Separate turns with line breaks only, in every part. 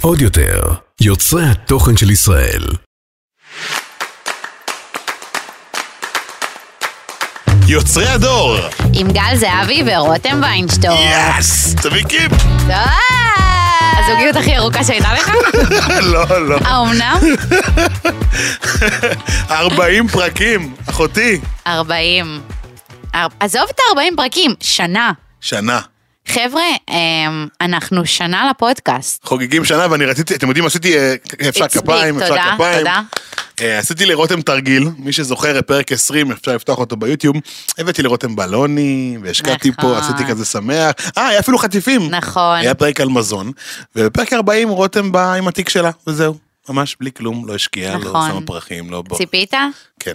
עוד יותר, יוצרי התוכן של ישראל.
יוצרי הדור!
עם גל זהבי ורותם ויינשטור.
יאס! תביא קיפ!
טוב. הזוגיות הכי ירוקה שהייתה לך?
לא, לא.
האומנם?
40 פרקים, אחותי.
40. אר- עזוב את ה-40 פרקים, שנה.
שנה.
חבר'ה, אמ, אנחנו שנה לפודקאסט.
חוגגים שנה, ואני רציתי, אתם יודעים, עשיתי, אה, אפשר
It's big,
כפיים, אפשר
תודה,
כפיים.
תודה.
אה, עשיתי לרותם תרגיל, מי שזוכר, פרק 20, אפשר לפתוח אותו ביוטיוב. הבאתי לרותם בלונים, והשקעתי
נכון.
פה, עשיתי כזה שמח. אה, היה אפילו חטיפים.
נכון.
היה פרק על מזון, ובפרק 40 רותם באה עם התיק שלה, וזהו. ממש בלי כלום, לא השקיעה, לא
נכון.
שמה פרחים, לא בוא.
ציפית?
כן.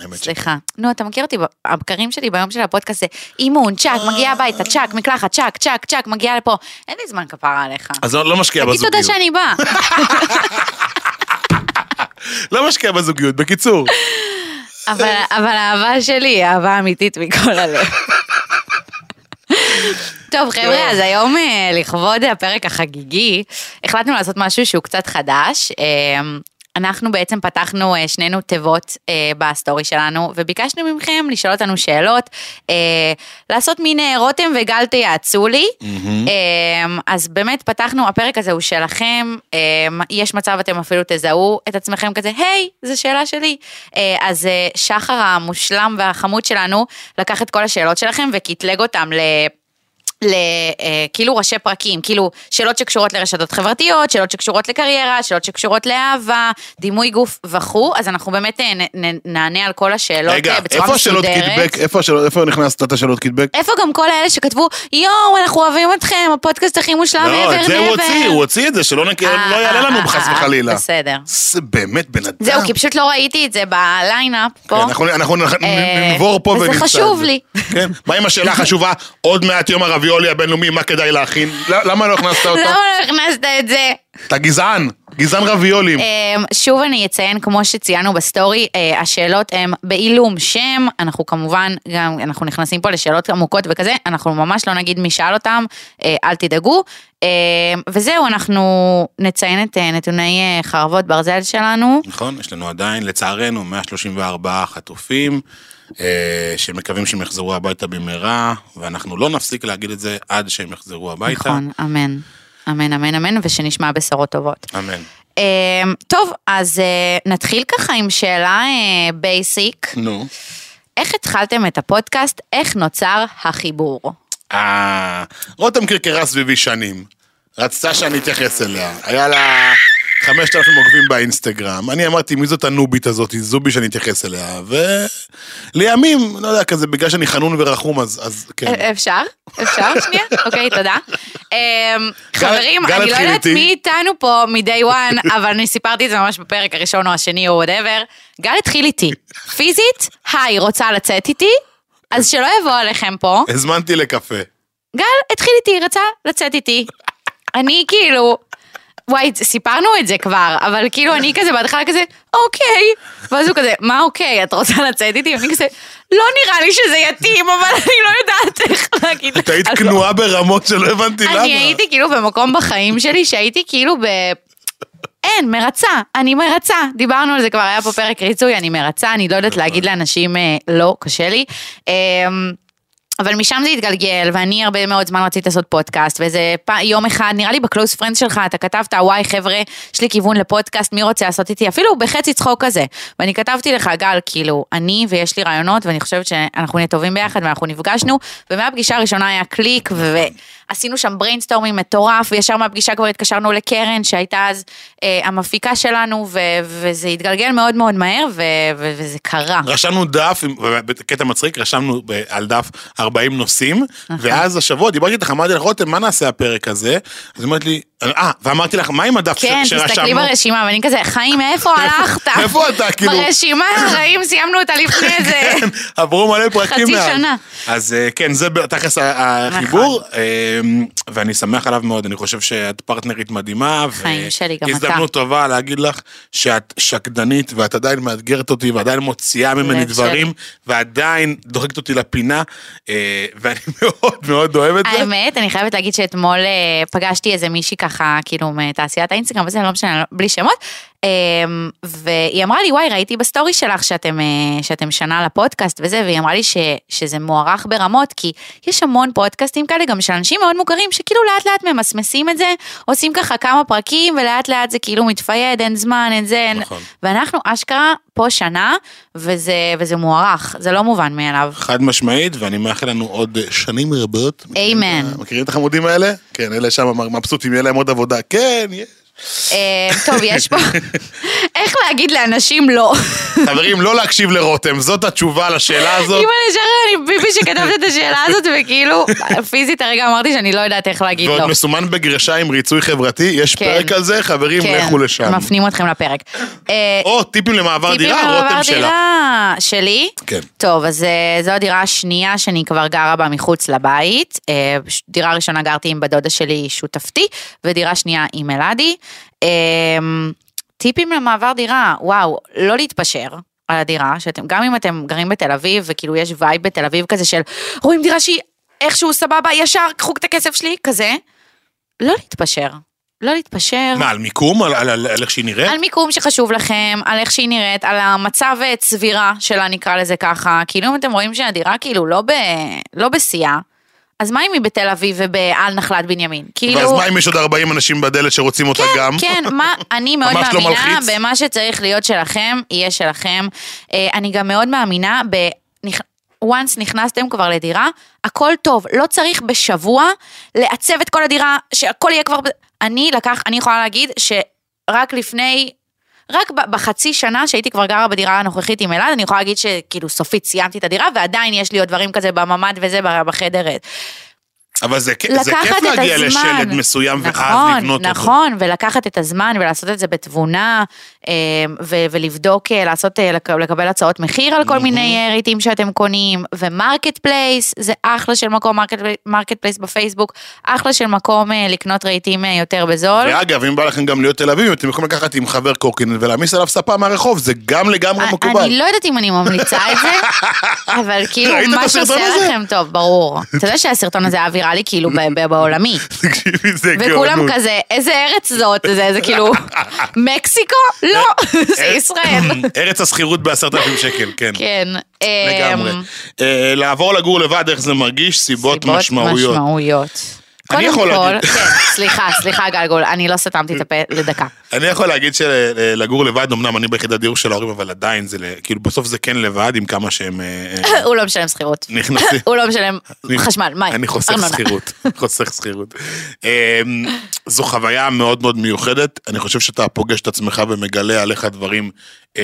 האמת ש...
סליחה. נו, אתה מכיר אותי, הבקרים שלי ביום של הפודקאסט זה אימון, צ'אק, מגיעה הביתה, צ'אק, מקלחת, צ'אק, צ'אק, צ'אק, מגיעה לפה. אין לי זמן כפרה עליך.
אז לא לא משקיעה
תגיד
בזוגיות.
תודה שאני באה.
לא משקיעה בזוגיות, בקיצור.
לא אבל אבל האהבה שלי היא אהבה אמיתית מכל הלב. טוב חבר'ה, אז היום אה, לכבוד הפרק החגיגי, החלטנו לעשות משהו שהוא קצת חדש. אה, אנחנו בעצם פתחנו אה, שנינו תיבות אה, בסטורי שלנו, וביקשנו מכם לשאול אותנו שאלות, אה, לעשות מין אה, רותם וגל תייעצו לי. אה, אז באמת פתחנו, הפרק הזה הוא שלכם, אה, יש מצב אתם אפילו תזהו את עצמכם כזה, היי, זו שאלה שלי. אה, אז אה, שחר המושלם והחמוד שלנו לקח את כל השאלות שלכם וקטלג אותם ל... ל, אה, כאילו ראשי פרקים, כאילו שאלות שקשורות לרשתות חברתיות, שאלות שקשורות לקריירה, שאלות שקשורות לאהבה, דימוי גוף וכו', אז אנחנו באמת אה, נ, נ, נענה על כל השאלות
רגע,
אה, בצורה
איפה
מסודרת.
השאלות קידבק? איפה השאלות- איפה נכנסת את השאלות קידבק?
איפה גם כל האלה שכתבו, יואו, אנחנו אוהבים אתכם, הפודקאסט הכי מושלם
לא,
ever
את זה הוא
never."
הוציא, הוא הוציא את זה, שלא נק-
אה,
לא יעלה
אה, אה,
לנו חס
אה,
וחלילה.
בסדר.
זה באמת בן אדם.
זהו, כי פשוט לא ראיתי את זה בליינאפ
כן,
פה.
אנחנו- אנחנו נ-
אה,
ננבור פה
וזה
ונמצא את
חשוב לי.
כן, מה עם השאלה החשובה, עוד מעט יום הרביולי הבינלאומי, מה כדאי להכין? ל- למה לא הכנסת אותו?
למה לא הכנסת את זה?
אתה גזען, גזען רביולים.
אמ, שוב אני אציין, כמו שציינו בסטורי, אה, השאלות הן בעילום שם, אנחנו כמובן, גם אנחנו נכנסים פה לשאלות עמוקות וכזה, אנחנו ממש לא נגיד מי שאל אותם, אה, אל תדאגו. אמ, וזהו, אנחנו נציין את אה, נתוני אה, חרבות ברזל שלנו.
נכון, יש לנו עדיין, לצערנו, 134 חטופים, אה, שמקווים שהם יחזרו הביתה במהרה, ואנחנו לא נפסיק להגיד את זה עד שהם יחזרו הביתה.
נכון, אמן. אמן, אמן, אמן, ושנשמע בשורות טובות.
אמן.
אמ, טוב, אז אה, נתחיל ככה עם שאלה בייסיק.
נו.
איך התחלתם את הפודקאסט? איך נוצר החיבור?
אה, רותם קרקרה סביבי שנים. רצתה שאני אתייחס אליה. היה לה 5,000 עוקבים באינסטגרם. אני אמרתי, מי זאת הנובית הזאת, זובי שאני אתייחס אליה. ולימים, לא יודע, כזה, בגלל שאני חנון ורחום, אז, אז
אה,
כן.
אפשר? אפשר שנייה? אוקיי, תודה. אמ, חברים,
גל
אני לא
התחיל
יודעת
איתי.
מי איתנו פה מ-day one, אבל אני סיפרתי את זה ממש בפרק הראשון או השני או וואטאבר. גל התחיל איתי. פיזית, היי, רוצה לצאת איתי? אז שלא יבוא עליכם פה.
הזמנתי לקפה.
גל התחיל איתי, רצה לצאת איתי. אני כאילו, וואי, סיפרנו את זה כבר, אבל כאילו אני כזה בהתחלה כזה, אוקיי. ואז הוא כזה, מה אוקיי, את רוצה לצאת איתי? ואני כזה, לא נראה לי שזה יתאים, אבל אני לא יודעת איך להגיד לך.
את היית
לא."
כנועה ברמות שלא הבנתי למה.
אני הייתי כאילו במקום בחיים שלי שהייתי כאילו ב... אין, מרצה, אני מרצה. דיברנו על זה כבר, היה פה פרק ריצוי, אני מרצה, אני לא יודעת להגיד לאנשים אה, לא, קשה לי. אה, אבל משם זה התגלגל, ואני הרבה מאוד זמן רציתי לעשות פודקאסט, ואיזה פ- יום אחד, נראה לי בקלוס פרנדס שלך, אתה כתבת, וואי חבר'ה, יש לי כיוון לפודקאסט, מי רוצה לעשות איתי? אפילו בחצי צחוק כזה. ואני כתבתי לך, גל, כאילו, אני ויש לי רעיונות, ואני חושבת שאנחנו נהיה טובים ביחד, ואנחנו נפגשנו, ומהפגישה הראשונה היה קליק, ועשינו שם בריינסטורמינג מטורף, וישר מהפגישה כבר התקשרנו לקרן, שהייתה אז אה, המפיקה שלנו, ו- וזה התגלגל מאוד מאוד מהר, ו- ו- וזה קרה.
רשמנו דף, עם- בקטע מצחיק, רשמנו ב- על דף 40 נושאים, ואז השבוע דיברתי איתך, אמרתי לך, רותם, מה נעשה הפרק הזה? אז היא אומרת לי, אה, ואמרתי לך, מה עם הדף ש-
כן,
שרשמנו?
תסתכלי ברשימה, ואני כזה, חיים, איפה הלכת?
איפה אתה, כאילו?
ברשימה, חיים, סיימנו אותה לפני איזה...
כן, עברו מלא פרקים
חצי
מאז.
שנה. נכון.
אז אה, כן, זה ב- תכלס ה- החיבור, אה, ואני שמח עליו מאוד, אני חושב שאת פרטנרית מדהימה. ו-
חיים שלי, גם
הזדמנות טובה להגיד לך שאת שקדנית, ואת עדיין מאתגרת אותי, ועדיין מוציאה ממני
לב
דברים, ועדיין דוחקת אותי לפינה, אה, ואני מאוד מאוד אוהב את זה.
האמת, אני חייבת להגיד שאתמול אה, פגשתי איזה מישהי ככה, כאילו, מתעשיית האינסטגרם וזה, לא משנה, לא- בלי שמות. אה, והיא אמרה לי, וואי, ראיתי בסטורי שלך שאתם, אה, שאתם שנה לפודקאסט וזה, והיא אמרה לי ש, שזה מוערך ברמות, כי יש המון פודקאסטים כאלה, גם של אנשים מאוד מוכרים, שכאילו לאט לאט ממסמסים את זה, עושים ככה כמה פרקים, ולאט לאט זה כאילו מתפייד, אין זמן, אין זה, אין...
נכון.
ואנחנו אשכרה פה שנה, וזה, וזה מוערך, זה לא מובן מאליו.
חד משמעית, ואני מאחל לנו עוד אה, שנים רבות. מכירים את ה-
Amen.
מכירים את החמודים האלה? כן, אלה שם מ- מבסוטים, יהיה להם עוד עבודה. כן, יש.
אה, טוב, יש פה... איך להגיד לאנשים לא?
חברים, לא להקשיב לרותם, זאת התשובה לשאלה הזאת.
אימא לשחר, אני ביבי שכתבת את השאלה הזאת, וכאילו, פיזית הרגע אמרתי שאני לא יודעת איך להגיד
ועוד
לא.
מסומן בגרשיים ריצוי חברתי, יש
כן.
פרק על זה, חברים,
כן,
לכו לשם.
מפנים אתכם לפרק. אה,
או טיפים למעבר
טיפים
דירה,
למעבר
רותם שלה.
דירה שלי?
כן.
טוב, אז אה, זו הדירה השנייה שאני כבר גרה בה מחוץ לבית. אה, ש- דירה ראשונה גרתי עם בדודה שלי שותפתי, ודירה שנייה עם אלעדי. אה, טיפים למעבר דירה, וואו, לא להתפשר. על הדירה, שאתם, גם אם אתם גרים בתל אביב, וכאילו יש וייב בתל אביב כזה של, רואים דירה שהיא איכשהו סבבה, ישר, קחו את הכסף שלי, כזה. לא להתפשר. לא להתפשר.
מה, על מיקום? על- על על- על איך שהיא נראית?
על מיקום שחשוב לכם, על איך שהיא נראית, על המצב אה, צבירה שלה, נקרא לזה ככה. כאילו אם אתם רואים שהדירה כאילו לא, ב... לא בשיאה, אז מה אם היא בתל אביב ובעל נחלת בנימין? כאילו...
ואז מה אם יש עוד 40 אנשים בדלת שרוצים אותה גם?
כן, מה, אני מאוד
ממש לא
מאמינה
מלחיץ.
במה שצריך להיות שלכם, יהיה שלכם. אה, אני גם מאוד מאמינה ב... נכ- once נכנסתם כבר לדירה, הכל טוב, לא צריך בשבוע לעצב את כל הדירה, שהכל יהיה כבר... ב- אני לקח, אני יכולה להגיד שרק לפני... רק ב- בחצי שנה שהייתי כבר גרה בדירה הנוכחית עם אלעד, אני יכולה להגיד שכאילו סופית סיימתי את הדירה, ועדיין יש לי עוד דברים כזה בממ"ד וזה בחדר. אה,
אבל זה כ- זה
לקחת
כיף
את
להגיע
הזמן.
לשלד מסוים
נכון,
ואז לבנות אותו.
נכון, ולקחת את הזמן ולעשות את זה בתבונה, אה, ו- ולבדוק, אה, לעשות, אה, לק- לקבל הצעות מחיר על כל מיני אה, רהיטים שאתם קונים, ומרקט פלייס, זה אחלה של מקום, מרקט פלי- מרקט פלייס בפייסבוק, אחלה של מקום אה, לקנות רהיטים אה, יותר בזול.
ואגב, אם בא לכם גם להיות תל אביב, אתם יכולים לקחת עם חבר קורקינט ולהעמיס עליו ספה מהרחוב, זה גם לגמרי
אני-
מקובל.
אני לא יודעת אם אני ממליצה את זה, אבל כאילו,
ראית את
מה
הסרטון
שעושה
הזה?
לכם טוב, ברור. אתה יודע שהסרטון הזה היה ויראלי כאילו ב- ב- בעולמי.
תקשיבי, זה
וכולם
גאונות.
כזה, איזה ארץ זאת? זה, זה כאילו, מקסיקו? לא,
אה,
זה ישראל.
ארץ השכירות בעשרת אלפים שקל, כן.
כן. אמ,
לגמרי. אה, לעבור לגור לבד, איך זה מרגיש? סיבות
סיבות
משמעויות.
משמעויות.
אני יכול
קודם כל,
להגיד.
כן, סליחה, סליחה גלגול, אני לא סתמתי את הפה לדקה.
אני יכול להגיד שלגור לבד, אמנם אני ביחידת דיור של ההורים, אבל עדיין זה, ל- כאילו בסוף זה כן לבד, עם כמה שהם אה, אה,
הוא לא משלם שכירות.
נכנסים.
הוא לא משלם
אני-
חשמל, מים,
אני חוסך
ארנונה.
שכירות, חוסך שכירות. אמ, זו חוויה מאוד מאוד מיוחדת, אני חושב שאתה פוגש את עצמך ומגלה עליך דברים אה,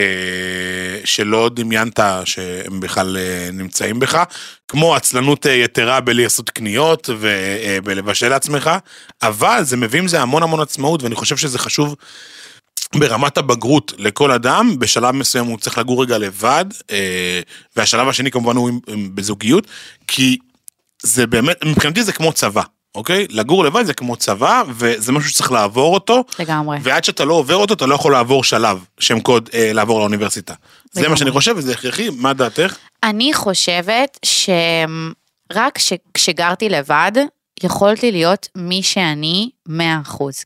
שלא דמיינת שהם בכלל אה, נמצאים בך, כמו עצלנות אה, יתרה בלי לעשות קניות ובלבשל לעצמך, אבל זה מביא עם זה המון המון עצמאות, ואני חושב שזה חשוב ברמת הבגרות לכל אדם, בשלב מסוים הוא צריך לגור רגע לבד, אה, והשלב השני כמובן הוא עם, עם, בזוגיות, כי זה באמת, מבחינתי זה כמו צבא, אוקיי? לגור לבד זה כמו צבא, וזה משהו שצריך לעבור אותו,
לגמרי.
ועד שאתה לא עובר אותו, אתה לא יכול לעבור שלב, שם קוד אה, לעבור לאוניברסיטה. זה מה
לגמרי.
שאני חושב, וזה הכרחי, מה דעתך?
אני חושבת שרק ש- כשגרתי לבד, יכולתי להיות מי שאני 100%.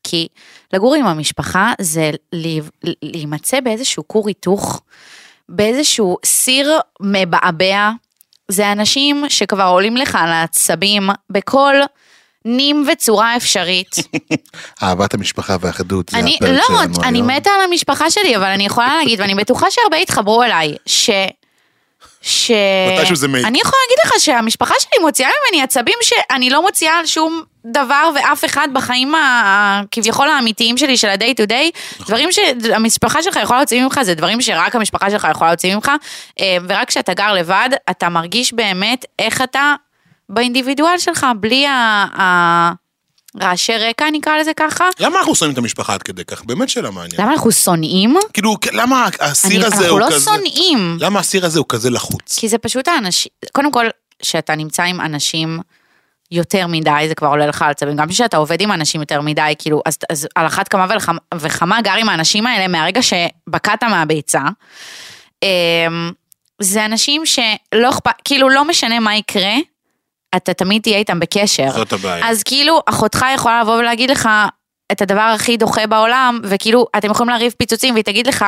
כי לגור עם המשפחה זה לה- להימצא באיזשהו כור היתוך, באיזשהו סיר מבעבע. זה אנשים שכבר עולים לך על העצבים בכל נים וצורה אפשרית.
אהבת המשפחה והאחדות,
אני, לא, אני מתה על המשפחה שלי, אבל אני יכולה להגיד, ואני בטוחה שהרבה יתחברו אליי, ש... ש...
מתישהו זה מעיק.
אני יכולה להגיד לך שהמשפחה שלי מוציאה ממני עצבים שאני לא מוציאה על שום דבר ואף אחד בחיים ה- כביכול האמיתיים שלי של ה-day to
נכון.
day. דברים שהמשפחה שלך יכולה להוציא ממך, זה דברים שרק המשפחה שלך יכולה להוציא ממך, אה, ורק כשאתה גר לבד, אתה מרגיש באמת איך אתה באינדיבידואל שלך, בלי ה... ה- רעשי רקע נקרא לזה ככה.
למה אנחנו שונאים את המשפחה עד כדי כך? באמת שאלה מעניינת.
למה אנחנו שונאים?
כאילו, כ- למה הסיר
אני-
הזה
אנחנו
הוא
לא
כזה...
שונאים.
למה הסיר הזה הוא כזה לחוץ?
כי זה פשוט האנשים, קודם כל, שאתה נמצא עם אנשים יותר מדי, זה כבר עולה לך על צבים. גם כשאתה עובד עם אנשים יותר מדי, כאילו, אז, אז על אחת כמה ולכמה, וכמה גר עם האנשים האלה מהרגע שבקעת מהביצה. אמ, זה אנשים שלא אכפת, כאילו, לא משנה מה יקרה, אתה תמיד תהיה איתם בקשר.
זאת הבעיה.
אז כאילו, אחותך יכולה לבוא ולהגיד לך את הדבר הכי דוחה בעולם, וכאילו, אתם יכולים לריב פיצוצים, והיא תגיד לך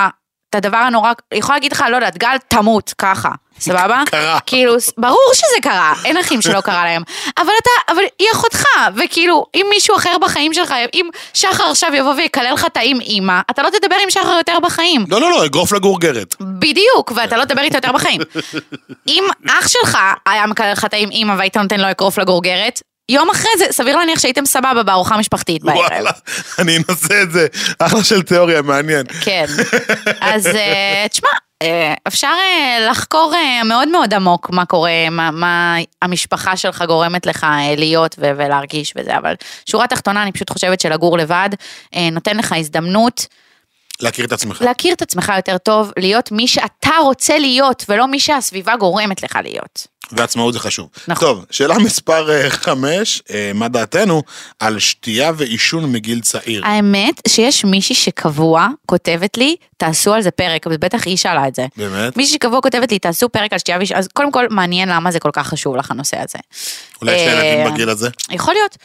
את הדבר הנורא, היא יכולה להגיד לך, לא יודעת, גל, תמות, ככה, סבבה?
קרה.
כאילו, ס- ברור שזה קרה, אין אחים שלא קרה להם. אבל אתה, אבל היא אחותך, וכאילו, אם מישהו אחר בחיים שלך, אם שחר עכשיו יבוא ויקלל לך את האם אימא, אתה לא תדבר עם שחר יותר בחיים.
לא, לא, לא, אגרוף לגורגרת.
בדיוק, ואתה לא תדבר איתו יותר בחיים. אם אח שלך היה מקלל לך את האם אימא והיית נותן לו אקרוף לגורגרת, יום אחרי זה, סביר להניח שהייתם סבבה בארוחה משפחתית בערב.
וואלה, אני אנסה את זה. אחלה של תיאוריה, מעניין.
כן. אז אה, תשמע, אה, אפשר אה, לחקור אה, מאוד מאוד עמוק מה קורה, מה- מה המשפחה שלך גורמת לך אה, להיות ו- ולהרגיש וזה, אבל שורה תחתונה, אני פשוט חושבת שלגור לבד אה, נותן לך הזדמנות
להכיר את עצמך.
להכיר את עצמך יותר טוב, להיות מי שאתה רוצה להיות, ולא מי שהסביבה גורמת לך להיות.
ועצמאות זה חשוב.
נכון.
טוב, שאלה מספר אה, חמש, אה, מה דעתנו על שתייה ועישון מגיל צעיר?
אה, האמת שיש מישהי שקבוע כותבת לי, תעשו על זה פרק, ובטח היא שאלה את זה.
באמת?
מישהי שקבוע כותבת לי, תעשו פרק על שתייה ואיש, אז קודם כל מעניין למה זה כל כך חשוב לך הנושא הזה.
אולי יש
אה,
לילדים בגיל הזה?
יכול להיות.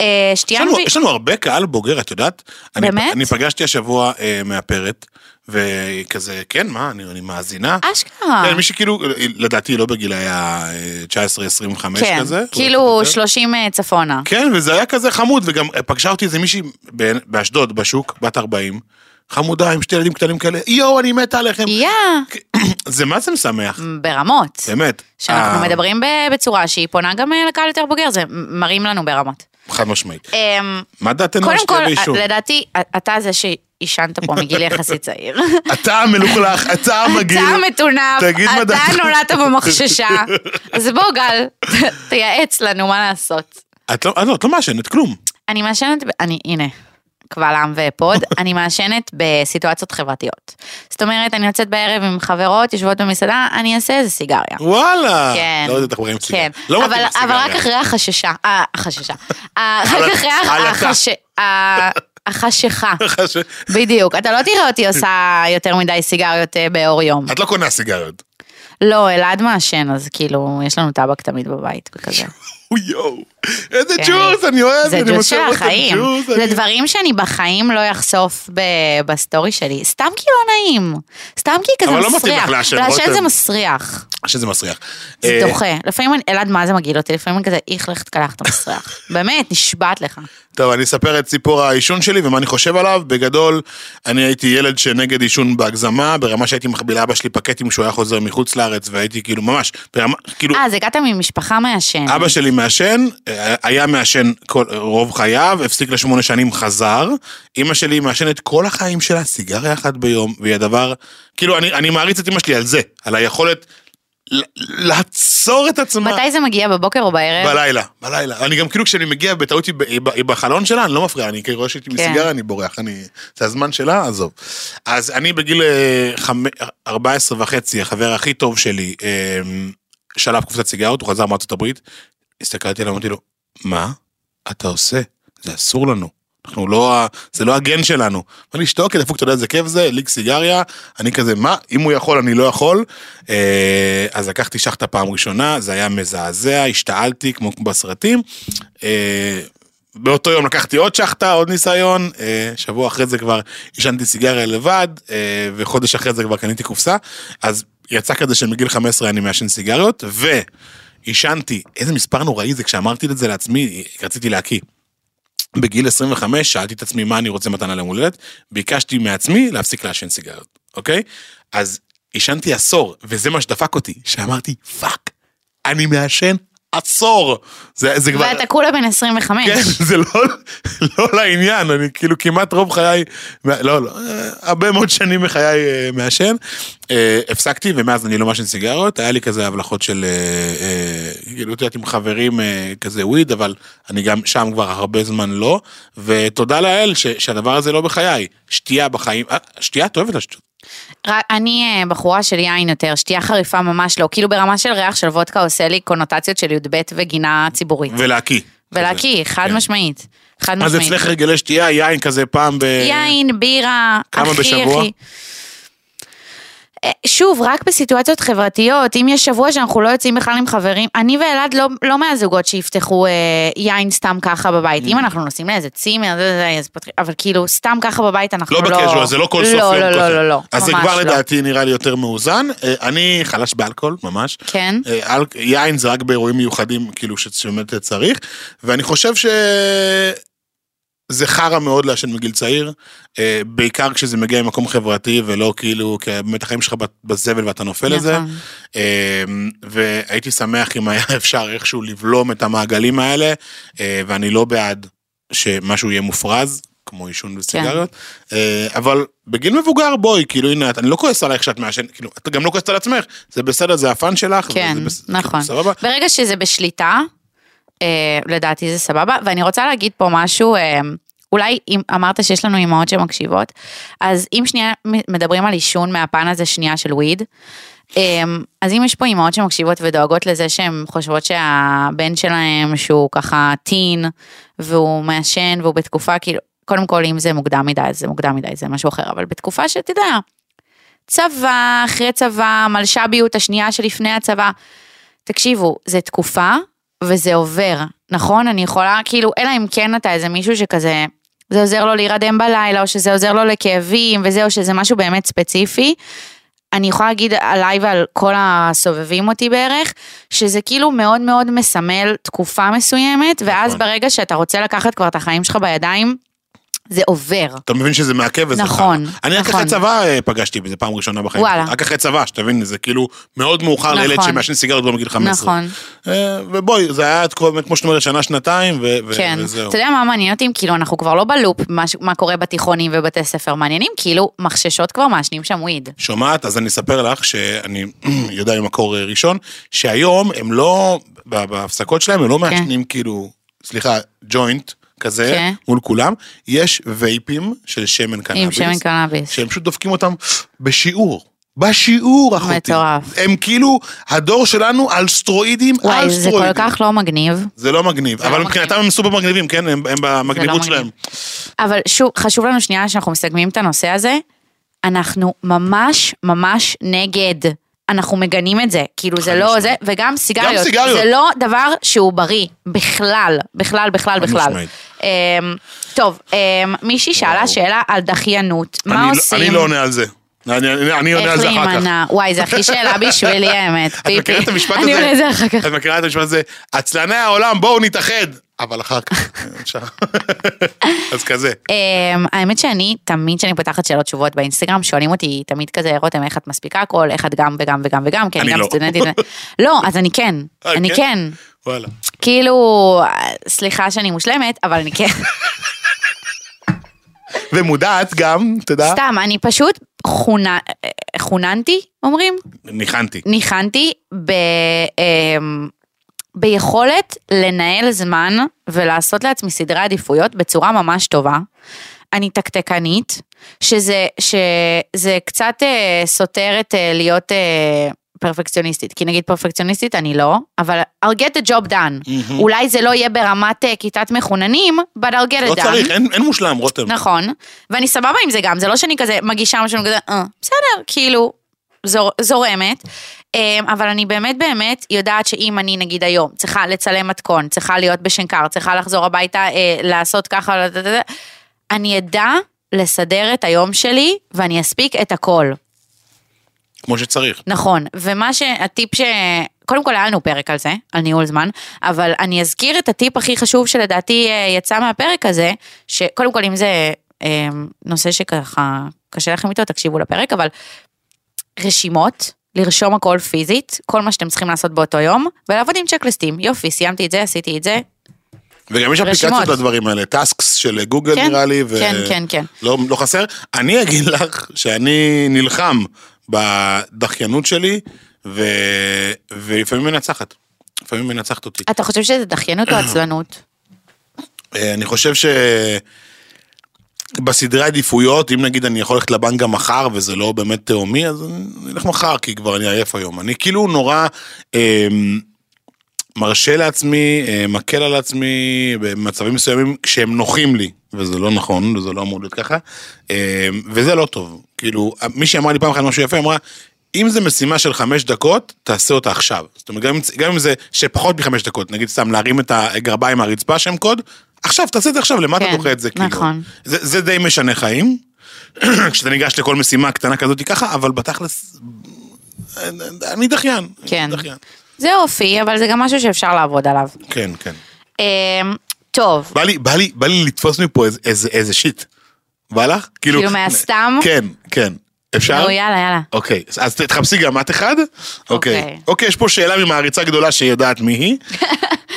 אה,
יש
שתייה
לנו-
ואיש,
יש לנו הרבה קהל בוגר, את יודעת? אני-
באמת?
אני פגשתי השבוע אה, מאפרת, וכזה, כן, מה, אני אני מאזינה.
אשכרה.
כן, מי שכאילו, לדעתי לא בגילי אה, ה-19-25
כן,
כזה.
כאילו 30 אה, צפונה.
כן, וזה היה כזה חמוד, וגם אה, פגשה אותי איזה מישהי ב- באשדוד, בשוק, בת 40, חמודה עם שתי ילדים קטנים כאלה, יואו, אני מתה עליכם.
יא,
זה מה זה משמח,
ברמות.
באמת.
שאנחנו
כן. אה,
מדברים ב- בצורה שהיא פונה גם אה, לקהל יותר בוגר, זה מרים לנו ברמות.
חד משמעית.
אמ,
מה דעתנו על
קודם
שתייה
כל, אה,
ועישון?
לדעתי, אתה זה שעישנת פה מגיל יחסית צעיר.
אתה המלוכלך, אתה המגעיל.
אתה מטונף,
תגיד מה
אתה
דעתך.
נולדת במחששה. אז בוא גל, ת- תייעץ לנו מה לעשות.
את לא- את לא- את לא מעשנת כלום.
אני מעשנת, ב- אני, הנה, קבל עם ופוד, אני מעשנת בסיטואציות חברתיות. זאת אומרת, אני יוצאת בערב עם חברות, יושבות במסעדה, אני אעשה איזה סיגריה.
וואלה.
כן.
לא יודעת איך בוחרים סיגריה.
כן,
אוקיי. לא
אבל,
מתאים לך
אבל רק
סיגריה.
אחרי החששה, אה, החששה, אה, רק
על-
אחרי
על התא.
החש... ה- החשיכה,
חש-
בדיוק. אתה לא תראה אותי עושה יותר מדי סיגריות אה, באור יום.
את לא קונה סיגריות.
לא, אלעד מעשן, אז כאילו, יש לנו טבק תמיד בבית וכזה.
אוי, יואו. איזה
כן.
ג'וס, אני אוהב.
זה
אני
ג'וס
מושך
של
אותו,
החיים.
ג'וס,
זה
אני-
דברים שאני בחיים לא אחשוף ב- בסטורי שלי. סתם כי לא נעים. סתם כי כזה
אבל
מסריח.
לא מתאים לך לעשן, רותם.
זה מסריח.
שזה מסריח.
זה
אה,
דוחה. לפעמים אני- אלעד, מה זה מגעיל אותי? לפעמים אני כזה, איך לך תקלח את המסריח. באמת, נשבעת לך.
טוב, אני אספר את סיפור העישון שלי ומה אני חושב עליו. בגדול, אני הייתי ילד שנגד עישון בהגזמה, ברמה שהייתי מחביא לאבא שלי פקטים שהוא היה חוזר מחוץ לארץ, והייתי כאילו ממש, ברמה, כאילו,
אה, אז הגעת ממשפחה מעשן.
אבא שלי מעשן, אה, היה מעשן כל, רוב חייו, הפסיק לשמונה שנים, חזר. אימא שלי מעשנת כל החיים שלה סיגריה אחת ביום, והיא הדבר, כאילו, אני, אני מעריץ את אימא שלי על זה, על היכולת ל- לעצור את עצמה.
מתי זה מגיע, בבוקר או בערב?
בלילה, בלילה. אני גם כאילו כשאני מגיע בטעות היא ב- היא ב- היא בחלון שלה, אני לא מפריע, אני כאילו רואה שהייתי
כן.
מסיגריה, אני בורח, אני... זה הזמן שלה, עזוב. אז אני בגיל אה, חמ- 14 וחצי, החבר הכי טוב שלי, אה, שלף קופסת סיגריות, הוא חזר מארצות הברית, הסתכלתי עליו, אמרתי לו, מה אתה עושה? זה אסור לנו. אנחנו לא, ה- זה לא הגן שלנו. אמר לי, שתוק, דפוק, אתה יודע איזה כיף זה, ליג סיגריה, אני כזה, מה, אם הוא יכול, אני לא יכול. אה, אז לקחתי שחטה פעם ראשונה, זה היה מזעזע, השתעלתי כמו בסרטים. אה, באותו יום לקחתי עוד שחטה, עוד ניסיון, אה, שבוע אחרי זה כבר עישנתי סיגריה לבד, אה, וחודש אחרי זה כבר קניתי קופסה, אז יצא כזה שמגיל 15 אני מעשן סיגריות, ועישנתי, איזה מספר נוראי זה כשאמרתי את זה לעצמי, רציתי להקיא. בגיל 25 שאלתי את עצמי מה אני רוצה מתנה ליום הולדת, ביקשתי מעצמי להפסיק לעשן סיגריות, אוקיי? אז עישנתי עשור, וזה מה שדפק אותי, שאמרתי, פאק, אני מעשן עצור. זה, זה כבר...
ואתה כולה בן 25.
כן, זה לא, לא לעניין, אני כאילו כמעט רוב חיי, לא, לא, אה, הרבה מאוד שנים מחיי אה, מעשן. אה, הפסקתי, ומאז אני לא מעשן סיגריות, היה לי כזה הבלחות של, אה, אה, כאילו, את יודעת, עם חברים אה, כזה וויד, אבל אני גם שם כבר הרבה זמן לא, ותודה לאל ש, שהדבר הזה לא בחיי. שתייה בחיים, אה, שתייה את אוהבת לשתות.
רק- אני אה, בחורה של יין יותר, שתייה חריפה ממש לא, כאילו ברמה של ריח של וודקה עושה לי קונוטציות של י"ב וגינה ציבורית.
ולהקיא.
ולהקיא, חד
כן.
משמעית. חד
אז
משמעית.
אצלך רגלי שתייה, יין כזה פעם ב...
יין, בירה,
כמה
הכי,
בשבוע?
הכי. אה, שוב, רק בסיטואציות חברתיות, אם יש שבוע שאנחנו לא יוצאים בכלל עם חברים, אני ואלעד לא, לא מהזוגות שיפתחו אה, יין סתם ככה בבית.
Mm.
אם אנחנו נוסעים לאיזה צימר, זה, זה, אז פותחים, אבל כאילו, סתם ככה בבית אנחנו
לא
לא...
בקז'ואל, זה לא כל סוף
לא,
יום
לא,
כזה.
לא, לא, לא,
אז זה
ממש
כבר
לא.
לדעתי נראה לי יותר מאוזן. אה, אני חלש באלכוהול, ממש.
כן.
אה, אל- יין זה רק באירועים מיוחדים, כאילו, ש- שבאמת צריך. ואני חושב ש... זה חרא מאוד לעשן מגיל צעיר, אה, בעיקר כשזה מגיע ממקום חברתי ולא כאילו, כי באמת החיים שלך בזבל ואתה נופל לזה.
נכון.
אמ, והייתי שמח אם היה אפשר איכשהו לבלום את המעגלים האלה, אה, ואני לא בעד שמשהו יהיה מופרז, כמו עישון וסיגריות,
כן.
אה, אבל בגיל מבוגר בואי, כאילו הנה, את- אני לא כועס עלייך שאת מעשן, כאילו, את גם לא כועסת על עצמך, זה בסדר, זה הפאן שלך, וזה
כן,
בס- כאילו,
נכון.
סבבה?
ברגע שזה בשליטה, אה, לדעתי זה סבבה, ואני רוצה להגיד פה משהו, אה, אולי אם אמרת שיש לנו אימהות שמקשיבות, אז אם שנייה מ- מדברים על עישון מהפן הזה שנייה של וויד, אה, אז אם יש פה אימהות שמקשיבות ודואגות לזה שהן חושבות שהבן שלהם שהוא ככה טין, והוא מעשן והוא בתקופה כאילו, קודם כל אם זה מוקדם מדי, אז זה מוקדם מדי, זה משהו אחר, אבל בתקופה שאתה יודע, צבא, אחרי צבא, מלש"ביות השנייה שלפני הצבא. תקשיבו, זה תקופה וזה עובר, נכון? אני יכולה, כאילו, אלא אם כן אתה איזה מישהו שכזה, זה עוזר לו להירדם בלילה, או שזה עוזר לו לכאבים וזה, או שזה משהו באמת ספציפי. אני יכולה להגיד עליי ועל כל הסובבים אותי בערך, שזה כאילו מאוד מאוד מסמל תקופה מסוימת, ואז
נכון.
ברגע שאתה רוצה לקחת כבר את החיים שלך בידיים, זה עובר.
אתה מבין שזה מעכב וזה
נכון,
חרא. אני רק
נכון.
אחרי צבא אה, פגשתי בזה פעם ראשונה בחיים.
וואלה.
רק אחרי צבא, שתבין, זה כאילו מאוד מאוחר לילד
נכון.
שמעשן סיגריות כבר מגיל 15.
נכון.
אה, ובואי, זה היה תקופה, באמת, כמו שאת אומרת, שנה, שנתיים, ו- ו-
כן,
וזהו.
אתה יודע מה מעניין אותי? אם כאילו אנחנו כבר לא בלופ, מה, ש- מה קורה בתיכונים ובתי ספר מעניינים, כאילו מחששות כבר מעשנים שם וויד.
שומעת? אז אני אספר לך שאני יודע ממקור אה, ראשון, שהיום הם לא, ב- בהפסקות שלהם הם
כן.
לא מעשנים כאילו, סליחה, ג'וינט כזה,
כן.
מול כולם, יש וייפים של שמן
עם
קנאביס,
שמן קנאביס.
שהם פשוט דופקים אותם בשיעור. בשיעור, אחותי.
מטורף.
הם כאילו, הדור שלנו על סטרואידים,
וואי,
על
זה
סטרואידים.
כל כך לא מגניב.
זה לא מגניב,
זה
אבל
לא
מבחינתם
מגניב.
הם סופר מגניבים, כן? הם הם
זה
במגניבות
לא
שלהם.
מגניב. אבל שוב, חשוב לנו שנייה שאנחנו מסכמים את הנושא הזה, אנחנו ממש ממש נגד. אנחנו מגנים את זה, כאילו זה
חד
לא
משמעית.
זה, וגם סיגריות,
גם סיגריות.
זה לא דבר שהוא בריא, בכלל, בכלל, בכלל,
חד
בכלל.
משמעית.
אמ, טוב, אמ, מישהי שאלה
וואו.
שאלה על דחיינות,
אני
מה
לא-
עושים?
אני לא עונה על זה. אני- אני אני עונה על זה אחר כך.
וואי, זה הכי שאלה בשבילי האמת,
את
פיפי.
מכירה את המשפט הזה?
אני עונה לזה אחר כך.
את מכירה את המשפט הזה? עצלני העולם, בואו נתאחד. אבל אחר כך. אפשר. אז כזה.
אמ, האמת שאני, תמיד כשאני פותחת שאלות תשובות באינסטגרם, שואלים אותי תמיד כזה, רותם, איך את מספיקה הכל, איך את גם וגם וגם וגם, כי אני
אני
גם
לא.
סטודנטית. לא, אז אני כן,
אה,
אני
כן?
כן.
וואלה.
כאילו, סליחה שאני מושלמת, אבל אני כן.
ומודעת גם, תודה.
סתם, אני פשוט חונה- חוננתי, אומרים?
ניחנתי.
ניחנתי ב... אמ, ביכולת לנהל זמן ולעשות לעצמי סדרי עדיפויות בצורה ממש טובה. אני תקתקנית, שזה, שזה קצת אה, סותר את אה, להיות אה, פרפקציוניסטית, כי נגיד פרפקציוניסטית אני לא, אבל I'll get the job done.
מהמם.
אולי זה לא יהיה ברמת אה, כיתת מחוננים, but I'll get
לא
it done.
צריך, אין אין מושלם, רותם.
נכון, ואני סבבה עם זה גם, זה לא שאני כזה מגישה משהו כזה, אה, בסדר, כאילו, זור, זורמת. אמ, אבל אני באמת באמת יודעת שאם אני נגיד היום צריכה לצלם מתכון, צריכה להיות בשנקר, צריכה לחזור הביתה, אה, לעשות ככה, לא, לא, לא, לא, אני אדע לסדר את היום שלי ואני אספיק את הכל.
כמו שצריך.
נכון, ומה שהטיפ ש... קודם כל היה לנו פרק על זה, על ניהול זמן, אבל אני אזכיר את הטיפ הכי חשוב שלדעתי אה, יצא מהפרק הזה, שקודם כל אם זה אה, נושא שככה קשה לכם איתו, תקשיבו לפרק, אבל רשימות לרשום הכל פיזית, כל מה שאתם צריכים לעשות באותו יום, ולעבוד עם צ'קליסטים. יופי, סיימתי את זה, עשיתי את זה.
וגם יש
רשימות.
אפליקציות לדברים האלה, טאסקס של גוגל
כן,
נראה לי, ו...
כן, כן, כן.
לא, לא חסר. אני אגיד לך שאני נלחם בדחיינות שלי, ו... ולפעמים מנצחת. לפעמים מנצחת אותי.
אתה חושב שזה דחיינות או עצלנות?
אה, אני חושב ש... בסדרי עדיפויות, אם נגיד אני יכול ללכת לבנק גם מחר וזה לא באמת תהומי, אז אני אלך מחר כי כבר אני עייף היום. אני כאילו נורא אה, מרשה לעצמי, אה, מקל על עצמי במצבים מסוימים כשהם נוחים לי, וזה לא נכון, וזה לא אמור להיות ככה, אה, וזה לא טוב. כאילו, מי שאמרה לי פעם אחת משהו יפה, אמרה, אם זה משימה של חמש דקות, תעשה אותה עכשיו. זאת אומרת, גם, אם- גם אם זה שפחות מחמש דקות, נגיד סתם להרים את הגרביים מהרצפה שם קוד, עכשיו, תעשה את זה עכשיו, למה
כן,
אתה דוחה את זה? כאילו?
נכון.
זה, זה די משנה חיים, כשאתה ניגש לכל משימה קטנה כזאת ככה, אבל בתכלס, אה, אני דחיין.
כן.
דחיין.
זה אופי, אבל זה גם משהו שאפשר לעבוד עליו.
כן, כן.
אמ, טוב,
בא לי, בא לי, בא לי לתפוס מפה איזה, איזה, איזה שיט. בא לך? כאילו...
כאילו מהסתם?
כן, כן. אפשר?
נו, יאללה, יאללה.
אוקיי, אז- אז תחפשי גם את אחד.
אוקיי.
אוקיי. אוקיי, יש פה שאלה ממעריצה גדולה שיודעת מי היא.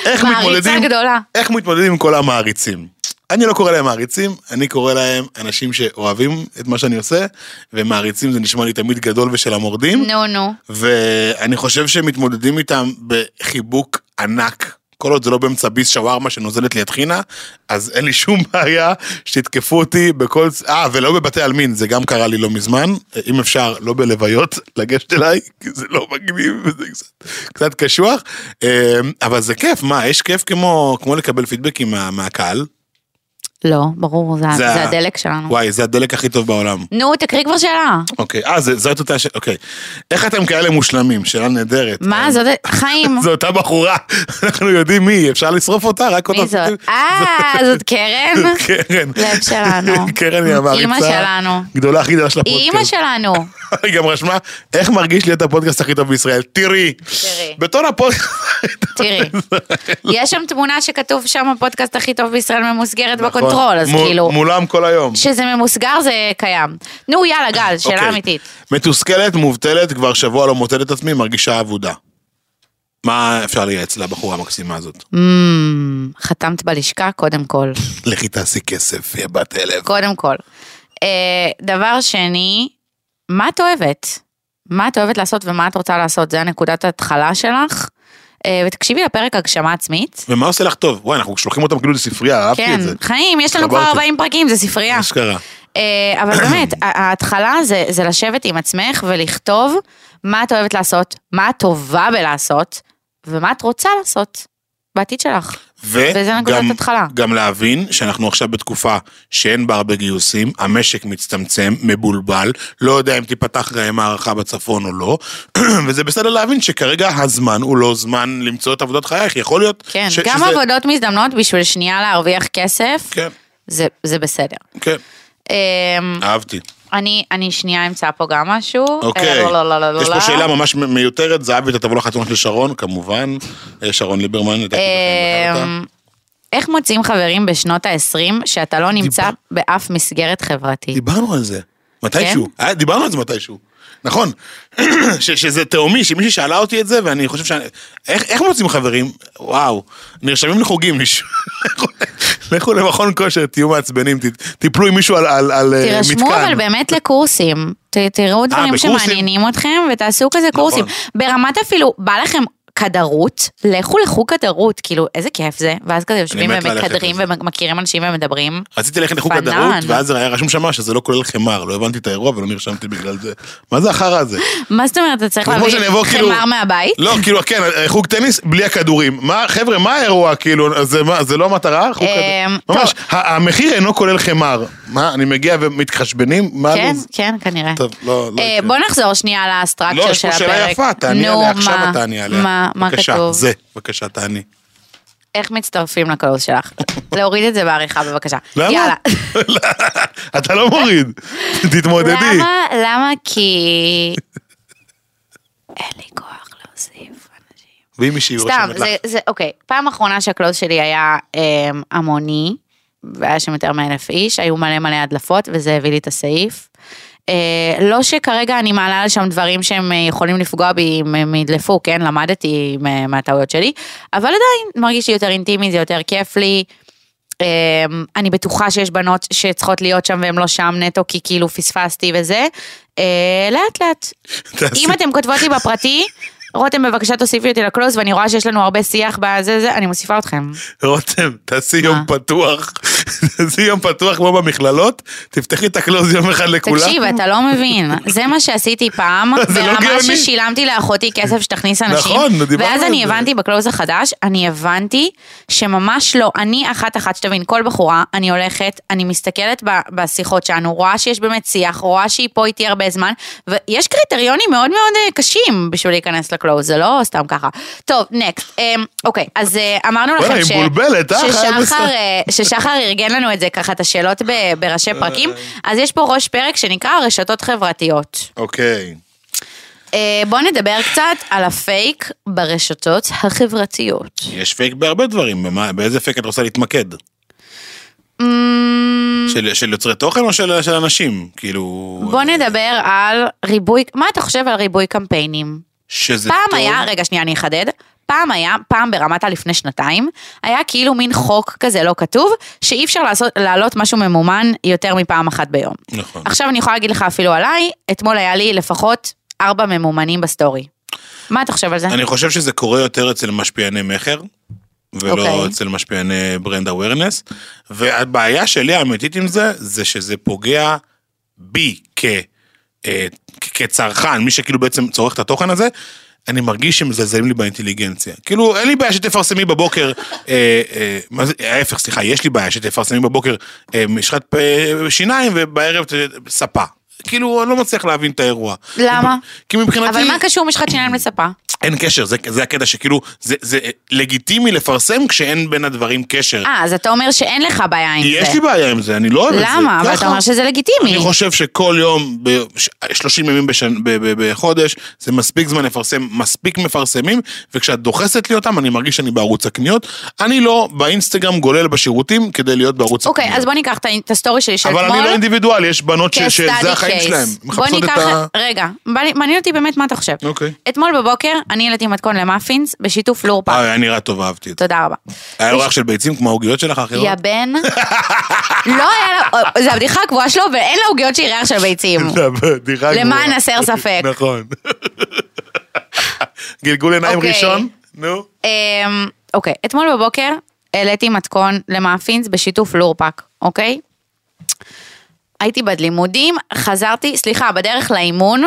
איך
מעריצה
מתמודדים-
גדולה.
איך מתמודדים עם כל המעריצים? אני לא קורא להם מעריצים, אני קורא להם אנשים שאוהבים את מה שאני עושה, ומעריצים זה נשמע לי תמיד גדול ושל המורדים.
נו, נו.
ואני חושב שמתמודדים איתם בחיבוק ענק. כל עוד זה לא באמצע ביס שווארמה שנוזלת לי את חינה, אז אין לי שום בעיה שיתקפו אותי בכל... צ- אה, ולא בבתי עלמין, זה גם קרה לי לא מזמן. אם אפשר, לא בלוויות, לגשת אליי, כי זה לא מגניב וזה קצת, קצת קשוח. אה, אבל זה כיף, מה, יש כיף כמו, כמו לקבל פידבקים מה, מהקהל?
לא, ברור, זה-
זה
זה
ה-
הדלק שלנו.
וואי, זה הדלק הכי טוב בעולם.
נו, תקריא כבר שאלה.
אוקיי, אה, זה- זאת אותה ש... אוקיי. איך אתם כאלה מושלמים? שאלה נהדרת.
מה,
אה,
זאת... חיים.
זו אותה בחורה, אנחנו יודעים מי, היא, אפשר לשרוף אותה, רק אותה.
מי זאת? אה, זאת קרן?
קרן.
לב שלנו.
קרן היא המעריצה.
אימא שלנו.
גדולה הכי גדולה של
היא
הפודקאסט.
אימא שלנו.
היא גם רשמה, איך מרגיש להיות הפודקאסט הכי טוב בישראל? תראי.
תראי.
בתור הפודקאסט. הכי טוב
תראי.
בישראל.
יש שם תמונה שכתוב שם הפודקאסט הכי טוב בישראל ממוסגרת
נכון.
בקונטרול, אז
מול-
כאילו,
מולם כל היום.
שזה ממוסגר זה קיים. נו, יאללה, גל,
אוקיי.
שאלה אמיתית.
מתוסכלת, מובטלת, כבר שבוע לא מוצאת את עצמי, מרגישה אבודה. מה אפשר לייעץ לבחורה המקסימה הזאת?
אמ, חתמת בלשכה, קודם כל.
לכי תעשי כסף, יא בת אלף.
קודם כל. אה, דבר שני, מה את אוהבת? מה את אוהבת לעשות ומה את רוצה לעשות? זה הנקודת ההתחלה שלך. אה, ותקשיבי לפרק הגשמה עצמית.
ומה עושה לך טוב? וואי, אנחנו שולחים אותם כאילו לספרייה, אהבתי
כן,
את זה.
חיים, יש לנו כבר
חברתי.
40 פרקים, זה ספרייה.
אשכרה.
אה, אבל באמת, ה- ההתחלה זה, זה לשבת עם עצמך ולכתוב מה את אוהבת לעשות, מה את טובה בלעשות, ומה את רוצה לעשות בעתיד שלך. וזה נקודת
וגם
התחלה.
גם להבין שאנחנו עכשיו בתקופה שאין בה הרבה גיוסים, המשק מצטמצם, מבולבל, לא יודע אם תיפתח אה, מערכה בצפון או לא, וזה בסדר להבין שכרגע הזמן הוא לא זמן למצוא את עבודת חייך, יכול להיות
כן,
ש-
גם
שזה-
עבודות מזדמנות בשביל שנייה להרוויח כסף,
כן,
זה, זה בסדר.
כן,
אמ,
אהבתי.
אני, אני שנייה אמצא פה גם משהו. אה,
אוקיי,
לא, לא, לא, לא, לא.
יש פה
לא.
שאלה ממש מ- מיותרת, זהבי, אתה תבוא לחתונה של שרון, כמובן, אה, שרון ליברמן, הייתה
אמ,
איתי בחיים,
איך מוצאים חברים בשנות ה-20 שאתה לא נמצא באף מסגרת חברתית?
דיברנו על זה.
כן?
מתישהו. אה, דיברנו על זה מתישהו. נכון. ש, שזה תהומי, שמישהי שאלה אותי את זה, ואני חושב ש... איך, איך מוצאים חברים? וואו. נרשמים לחוגים, מישהו. לכו- לכו למכון כושר, תהיו מעצבנים, ת, תיפלו עם מישהו על, על, על אה, מתקן.
תירשמו אבל באמת לקורסים, ת, תראו דברים
אה, בקורסים? נכון.
שמעניינים אתכם ותעשו כזה קורסים. ברמת אפילו, בא לכם קדרות, לכו לחוג קדרות, כאילו איזה כיף זה, ואז כזה יושבים
מת ללכת
ומקדרים
לזה.
ומכירים אנשים ומדברים.
רציתי ללכת לחוג
פנן.
הדרות, ואז היה רשום שמה שזה לא כולל חמר, לא הבנתי את האירוע ולא נרשמתי בגלל זה. מה זה החרא הזה?
מה זאת אומרת, אתה צריך
זה כמו שאני אבוא
להביא
כאילו...
חמר מהבית?
לא, כאילו, כן, חוג טניס בלי הכדורים. מה, חבר'ה, מה האירוע? כאילו, זה מה- זה לא המטרה? חוג
אמ,
כדור-
טוב.
ממש, ה- המחיר אינו כולל חמר. מה, אני מגיע ומתחשבנים? מה
כן,
לו"ז?
כן, כנראה.
לא, טוב, לא, לא
אה,
יקרה.
בוא נחזור שנייה לסטרקצ'ר
לא, יש
של
פה
הפרק.
שאלה יפה, תעני עליה,
נו,
עכשיו
מה-
את תעני עליה.
מה מה
בבקשה,
כתוב?
זה, בבקשה, תעני.
איך מצטרפים לקורס שלך? להוריד את זה בעריכה בבקשה.
למה?
יאללה.
אתה לא מוריד, תתמודדי.
למה? למה? כי... אין לי כוח להוסיף.
ואם מישהי
סתם,
רושמת לך,
זה, זה, אוקיי, פעם אחרונה שהקלוז שלי היה אמ, המוני, והיה שם יותר מאלף איש, היו מלא מלא הדלפות, וזה הביא לי את הסעיף. אה, לא שכרגע אני מעלה על שם דברים שהם אה, יכולים לפגוע בי אם הם ידלפו, כן? למדתי מה- מהטעויות שלי, אבל עדיין מרגיש לי יותר אינטימי, זה יותר כיף לי. אה, אני בטוחה שיש בנות שצריכות להיות שם והן לא שם נטו, כי כאילו פספסתי וזה. אה, לאט לאט.
תעשי-
אם אתם כותבות לי בפרטי, רותם בבקשה תוסיפי אותי לקלוז, ואני רואה שיש לנו הרבה שיח בזה, זה, אני מוסיפה אתכם.
רותם, תעשי יום פתוח. תעשי יום פתוח כמו במכללות, תפתחי את הקלוז יום אחד לכולם.
תקשיב, אתה לא מבין, זה מה שעשיתי פעם,
זה לא
ברמה
גאוני.
ששילמתי לאחותי כסף שתכניס אנשים.
נכון, דיברנו
ואז
על
אני
זה.
הבנתי בקלוז החדש, אני הבנתי שממש לא, אני אחת-אחת, שתבין, כל בחורה, אני הולכת, אני מסתכלת ב- בשיחות שלנו, רואה שיש באמת שיח, רואה שהיא פה איתי הרבה זמן, ויש קריטריונים מאוד מאוד אה, קשים בשביל להיכנס לקלוז, זה לא סתם ככה. טוב, נקסט, אוקיי, אז אה, אמרנו
וואלה,
לכם
היא
ש...
מבולבלת, אה? חייב לסיים.
ששחר אה, ששחר ארגן לנו את זה ככה, את השאלות ב- בראשי
אה.
פרקים. אז יש פה ראש פרק שנקרא רשתות חברתיות.
אוקיי.
אה, בואו נדבר קצת על הפייק ברשתות החברתיות.
יש פייק בהרבה דברים, במה- באיזה פייק את רוצה להתמקד?
אמ,
של- של יוצרי תוכן או של של אנשים? כאילו...
בואו נדבר על ריבוי, מה אתה חושב על ריבוי קמפיינים?
שזה
פעם
טוב.
היה, רגע שנייה אני אחדד, פעם היה, פעם ברמת הלפני שנתיים, היה כאילו מין חוק כזה לא כתוב, שאי אפשר לעשות, להעלות משהו ממומן יותר מפעם אחת ביום.
נכון.
עכשיו אני יכולה להגיד לך אפילו עליי, אתמול היה לי לפחות ארבע ממומנים בסטורי. מה אתה חושב על זה?
אני חושב שזה קורה יותר אצל משפיעני מכר, ולא
אוקיי.
אצל משפיעני ברנד אווירנס, והבעיה שלי האמיתית עם זה, זה שזה פוגע בי כ... אה, כ- כצרכן, מי שכאילו בעצם צורך את התוכן הזה, אני מרגיש שמזלזלים לי באינטליגנציה. כאילו, אין לי בעיה שתפרסמי בבוקר, אה, אה, מה זה, ההפך, סליחה, יש לי בעיה שתפרסמי בבוקר אה, משחת פ- שיניים ובערב ת- ספה. כאילו, אני לא מצליח להבין את האירוע.
למה?
כי מבחינתי...
אבל מה קשור משחת שיניים לספה?
אין קשר, זה, זה הקטע שכאילו, זה, זה לגיטימי לפרסם כשאין בין הדברים קשר.
אה, אז אתה אומר שאין לך בעיה עם
יש
זה.
לי בעיה עם זה, אני לא אוהב את זה.
למה? אבל אתה
ככה.
אומר שזה לגיטימי.
אני חושב שכל יום, ב- ש- 30 ימים בשנ- ב- ב- בחודש, זה מספיק זמן לפרסם, מספיק מפרסמים, וכשאת דוחסת לי אותם, אני מרגיש שאני בערוץ הקניות. אני לא באינסטגרם גולל בשירותים כדי להיות בערוץ
אוקיי,
הקניות.
אז בוא ניקח את ה- את הסטורי שלי של
אבל אני לא
אתמול.
אינדיבידואל, יש בנות ש- שזה
כ-study
החיים
case.
שלהם.
בוא
מחפשות את
ניקח,
ה...
רגע, בא לי- מעניין אותי באמת מה אתה חושב.
אוקיי.
אתמול בבוקר אני העליתי מתכון למאפינס בשיתוף לורפק.
אה, היה נראה טוב, אהבתי את זה.
תודה רבה.
היה לו ריח של ביצים כמו העוגיות שלך האחרות?
יא בן. לא היה לה, זו הבדיחה הקבועה שלו, ואין לה עוגיות שהיא ריח של ביצים.
לא, בדיחה גרועה.
למען הסר ספק.
נכון. גלגול עיניים
אוקיי.
ראשון? נו.
אמ, אוקיי, אתמול בבוקר העליתי מתכון למאפינס בשיתוף לורפק, אוקיי? הייתי בלימודים, חזרתי, סליחה, בדרך לאימון,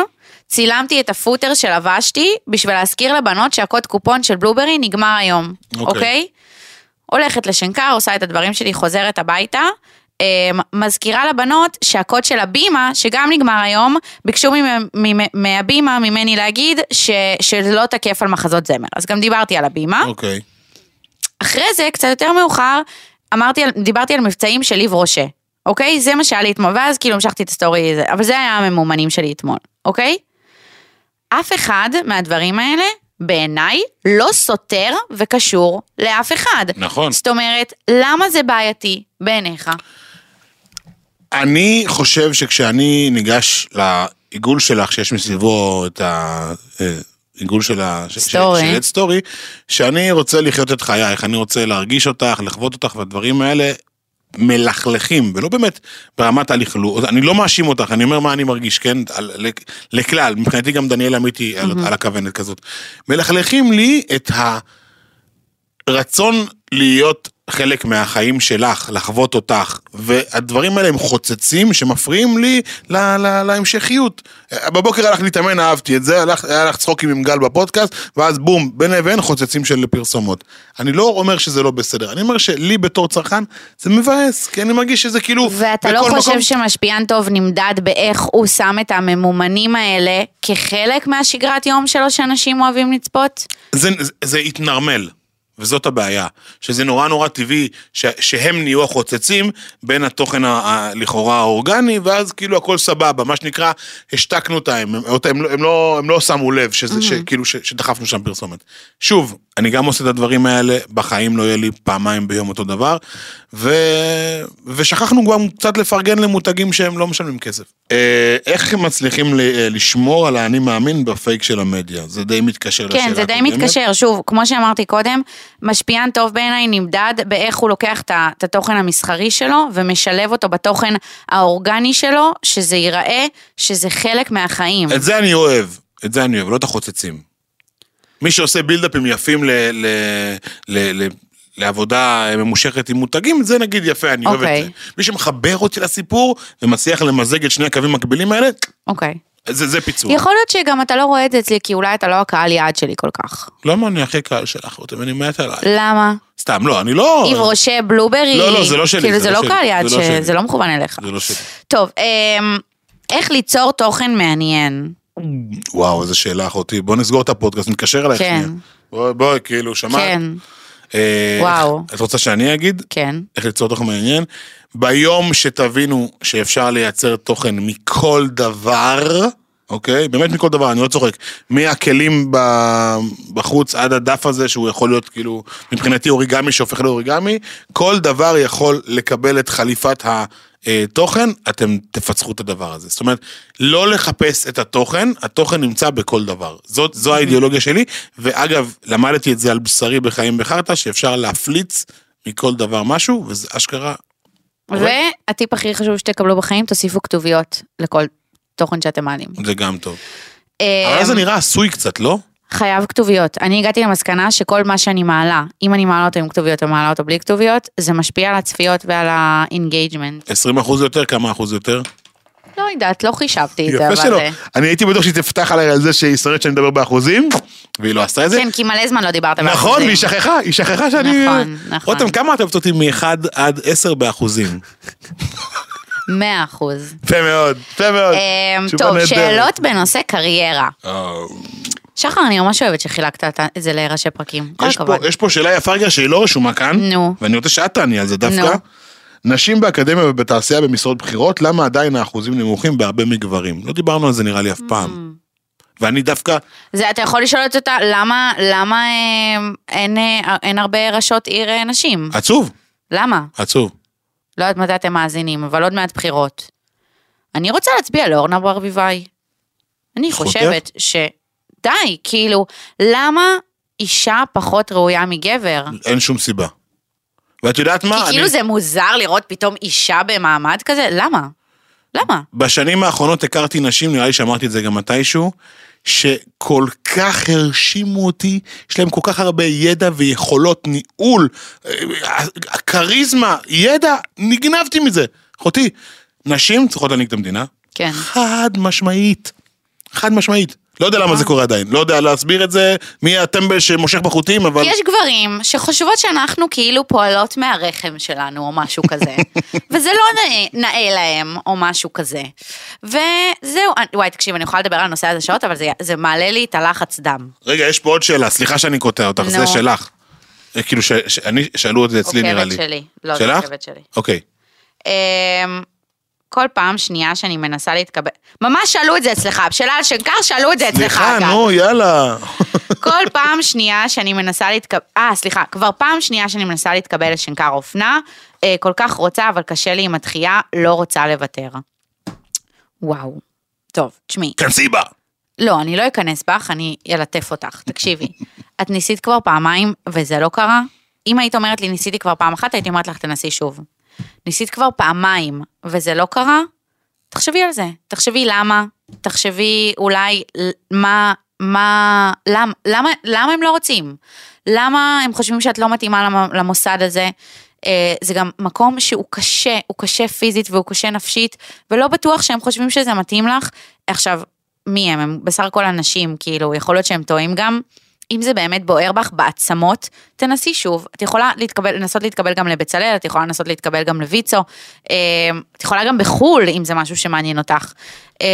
צילמתי את הפוטר שלבשתי בשביל להזכיר לבנות שהקוד קופון של בלוברי נגמר היום,
אוקיי.
אוקיי? הולכת לשנקר, עושה את הדברים שלי, חוזרת הביתה. אמ, מזכירה לבנות שהקוד של הבימה, שגם נגמר היום, ביקשו ממ- ממ- מהבימה ממני להגיד ש, שזה לא תקף על מחזות זמר. אז גם דיברתי על הבימה.
אוקיי.
אחרי זה, קצת יותר מאוחר, אמרתי, על- דיברתי על מבצעים של ליב רושה, אוקיי? זה מה שהיה לי אתמול, ואז כאילו המשכתי את הסטורי, הזה, אבל זה היה הממומנים שלי אתמול, אוקיי? אף אחד מהדברים האלה, בעיניי, לא סותר וקשור לאף אחד.
נכון.
זאת אומרת, למה זה בעייתי בעיניך?
אני חושב שכשאני ניגש לעיגול שלך, שיש מסביבו את העיגול של ה... ש- ש-
סטורי.
של את סטורי, שאני רוצה לחיות את חייך, אני רוצה להרגיש אותך, לחוות אותך, והדברים האלה מלכלכים, ולא באמת ברמת הלכלוך, אני לא מאשים אותך, אני אומר מה אני מרגיש, כן? על, לק- לכלל, מבחינתי גם דניאל עמית היא על, על הכוונת כזאת. מלכלכים לי את ה... רצון להיות חלק מהחיים שלך, לחוות אותך, והדברים האלה הם חוצצים שמפריעים לי ל- ל- להמשכיות. בבוקר הלך להתאמן, אהבתי את זה, הלך, היה לך צחוקים עם גל בפודקאסט, ואז בום, בין לבין חוצצים של פרסומות. אני לא אומר שזה לא בסדר, אני אומר שלי בתור צרכן זה מבאס, כי אני מרגיש שזה כאילו...
ואתה לא
בכל
חושב
מקום-
שמשפיען טוב נמדד באיך הוא שם את הממומנים האלה כחלק מהשגרת יום שלו שאנשים אוהבים לצפות?
זה, זה, זה התנרמל, וזאת הבעיה. שזה נורא נורא טבעי ש, שהם נהיו החוצצים בין התוכן ה- ה- לכאורה האורגני, ואז כאילו הכל סבבה, מה שנקרא, השתקנו אותם, הם, הם, לא- הם, לא, הם לא שמו לב שזה, mm-hmm. שכאילו ש, שדחפנו שם פרסומת. שוב, אני גם עושה את הדברים האלה, בחיים לא יהיה לי פעמיים ביום אותו דבר, ו... ושכחנו גם קצת לפרגן למותגים שהם לא משלמים כסף. אה, איך הם מצליחים ל... אה, לשמור על האני מאמין בפייק של המדיה? זה די מתקשר לשאלה
כן, זה די
הקודמת.
מתקשר. שוב, כמו שאמרתי קודם, משפיען טוב בעיניי נמדד באיך הוא לוקח את ה- את התוכן המסחרי שלו ומשלב אותו בתוכן האורגני שלו, שזה ייראה שזה חלק מהחיים.
את זה אני אוהב, את זה אני אוהב, לא את החוצצים. מי שעושה בילדאפים יפים ל, ל, ל, ל, לעבודה ממושכת עם מותגים, זה נגיד יפה, אני אוהב
אוקיי.
את זה. מי שמחבר אותי לסיפור ומצליח למזג את שני הקווים מקבילים האלה,
אוקיי.
זה, זה פיצוח.
יכול להיות שגם אתה לא רואה את זה אצלי, כי אולי אתה לא הקהל יעד שלי כל כך.
למה אני הכי קהל שלך, רותם, אני מת עליי.
למה?
סתם, לא, אני לא...
איב רושה בלוברי.
לא, לא, זה לא שלי,
כאילו
זה
זה
לא
לא
שלי,
קהל יעד,
זה לא
ש-
שלי.
זה לא מכוון אליך.
זה לא שלי.
טוב, אמ, איך ליצור תוכן מעניין?
וואו, איזה שאלה אחותי. בוא נסגור את הפודקאסט, נתקשר אלייך
כן.
שנייה. בואי, בואי, כאילו, שמעת?
כן,
אה,
וואו.
את רוצה שאני אגיד?
כן.
איך ליצור תוכן מעניין. ביום שתבינו שאפשר לייצר תוכן מכל דבר, אוקיי? באמת מכל דבר, אני לא צוחק. מהכלים ב- בחוץ עד הדף הזה, שהוא יכול להיות כאילו, מבחינתי אוריגמי שהופך לאוריגמי, כל דבר יכול לקבל את חליפת התוכן, אה, אתם תפצחו את הדבר הזה. זאת אומרת, לא לחפש את התוכן, התוכן נמצא בכל דבר. זאת, זו האידיאולוגיה שלי, ואגב, למדתי את זה על בשרי בחיים בחרטא, שאפשר להפליץ מכל דבר משהו, וזה אשכרה, אוקיי.
והטיפ הכי חשוב שתקבלו בחיים, תוסיפו כתוביות לכל תוכן שאתם מעלים.
זה גם טוב.
אמ,
אבל אז זה נראה עשוי קצת, לא?
חייב כתוביות. אני הגעתי למסקנה שכל מה שאני מעלה, אם אני מעלה אותו עם כתוביות או מעלה אותו בלי כתוביות, זה משפיע על הצפיות ועל האינגייג'מנט.
20 אחוז יותר, כמה אחוז יותר?
לא יודעת, לא חישבתי את זה,
יפה
אבל...
שלא.
אה,
אני הייתי בטוח שהיא תפתח עליי על זה שהיא שונאת שאני מדבר באחוזים, והיא לא עשתה את זה.
כן, כי מלא זמן לא דיברת
נכון,
באחוזים.
והיא שכחה, היא שכחה שאני...
נכון, נכון.
רותם, כמה את אוהבת אותי מ-1 עד 10 באחוזים?
100 אחוז.
יפה מאוד, יפה מאוד.
אמ,
תשובה
טוב,
נהדרת.
שאלות בנושא קריירה.
אה,
שחר, אני ממש אוהבת שחילקת את- את זה לראשי פרקים. כל
יש פה-
הכבוד.
יש פה שאלה יפה רגע שהיא לא רשומה כאן,
נו.
ואני רוצה שאת תעני על זה דווקא.
נו.
נשים באקדמיה ובתעשייה במשרות בכירות, למה עדיין האחוזים נמוכים בהרבה מגברים? לא דיברנו על זה נראה לי אף פעם.
Mm.
ואני דווקא,
זה, אתה יכול לשאול את אותה, למה, למה אמ, אין, אה, אין הרבה ראשות עיר אה, נשים?
עצוב,
למה?
עצוב.
לא יודעת מתי אתם מאזינים, אבל עוד מעט בחירות. אני רוצה להצביע לאורנה ברביבאי. אני
זכותך.
חושבת ש... די, כאילו, למה אישה פחות ראויה מגבר?
אין שום סיבה. ואת יודעת
כי
מה?
כאילו
לא, אני-
זה מוזר לראות פתאום אישה במעמד כזה, למה? למה?
בשנים האחרונות הכרתי נשים, נראה לי שאמרתי את זה גם מתישהו, שכל כך הרשימו אותי, יש להם כל כך הרבה ידע ויכולות ניהול, אה, הכריזמה, ידע, נגנבתי מזה. אחותי, נשים צריכות להנהיג את המדינה,
כן.
חד משמעית. חד משמעית. לא יודע
אה.
למה זה קורה עדיין, לא יודע להסביר את זה, מי הטמבל שמושך בחוטים, אבל...
יש גברים שחושבות שאנחנו כאילו פועלות מהרחם שלנו או משהו כזה, וזה לא נאה, נאה להם או משהו כזה. וזהו, אני- וואי, תקשיב, אני יכולה לדבר על הנושא הזה שעות, אבל זה, זה מעלה לי את הלחץ דם.
רגע, יש פה עוד שאלה, סליחה שאני קוטע אותך,
נו.
זה שלך. אה, כאילו, ש- ש- אני- שאלו את זה אצלי
עוקבת
נראה לי.
שלי. לא, זה
שלך?
עוקבת שלי.
אוקיי.
אמ, כל פעם שנייה שאני מנסה להתקבל, ממש שאלו את זה אצלך, בשאלה על שנקר שאלו את זה אצלך.
סליחה,
אגב.
נו, יאללה.
כל פעם שנייה שאני מנסה להתקבל, אה, סליחה, כבר פעם שנייה שאני מנסה להתקבל לשנקר אופנה, אה, כל כך רוצה, אבל קשה לי עם התחייה, לא רוצה לוותר. וואו. טוב, תשמעי,
כנסי בה.
לא, אני לא אכנס בך, אני אלטף אותך, תקשיבי. את ניסית כבר פעמיים, וזה לא קרה? אם היית אומרת לי, ניסיתי כבר פעם אחת, הייתי אומרת לך, תנסי שוב. ניסית כבר פעמיים, וזה לא קרה? תחשבי על זה. תחשבי למה, תחשבי אולי ל- מה, מה, למה, למה, למה הם לא רוצים? למה הם חושבים שאת לא מתאימה למ- למוסד הזה? אה, זה גם מקום שהוא קשה, הוא קשה פיזית והוא קשה נפשית, ולא בטוח שהם חושבים שזה מתאים לך. עכשיו, מי הם? הם בסך הכל אנשים, כאילו, יכול להיות שהם טועים גם. אם זה באמת בוער בך בעצמות, תנסי שוב. את יכולה להתקבל, לנסות להתקבל גם לבצלאל, את יכולה לנסות להתקבל גם לויצו, אה, את יכולה גם בחו"ל, אם זה משהו שמעניין אותך. אה,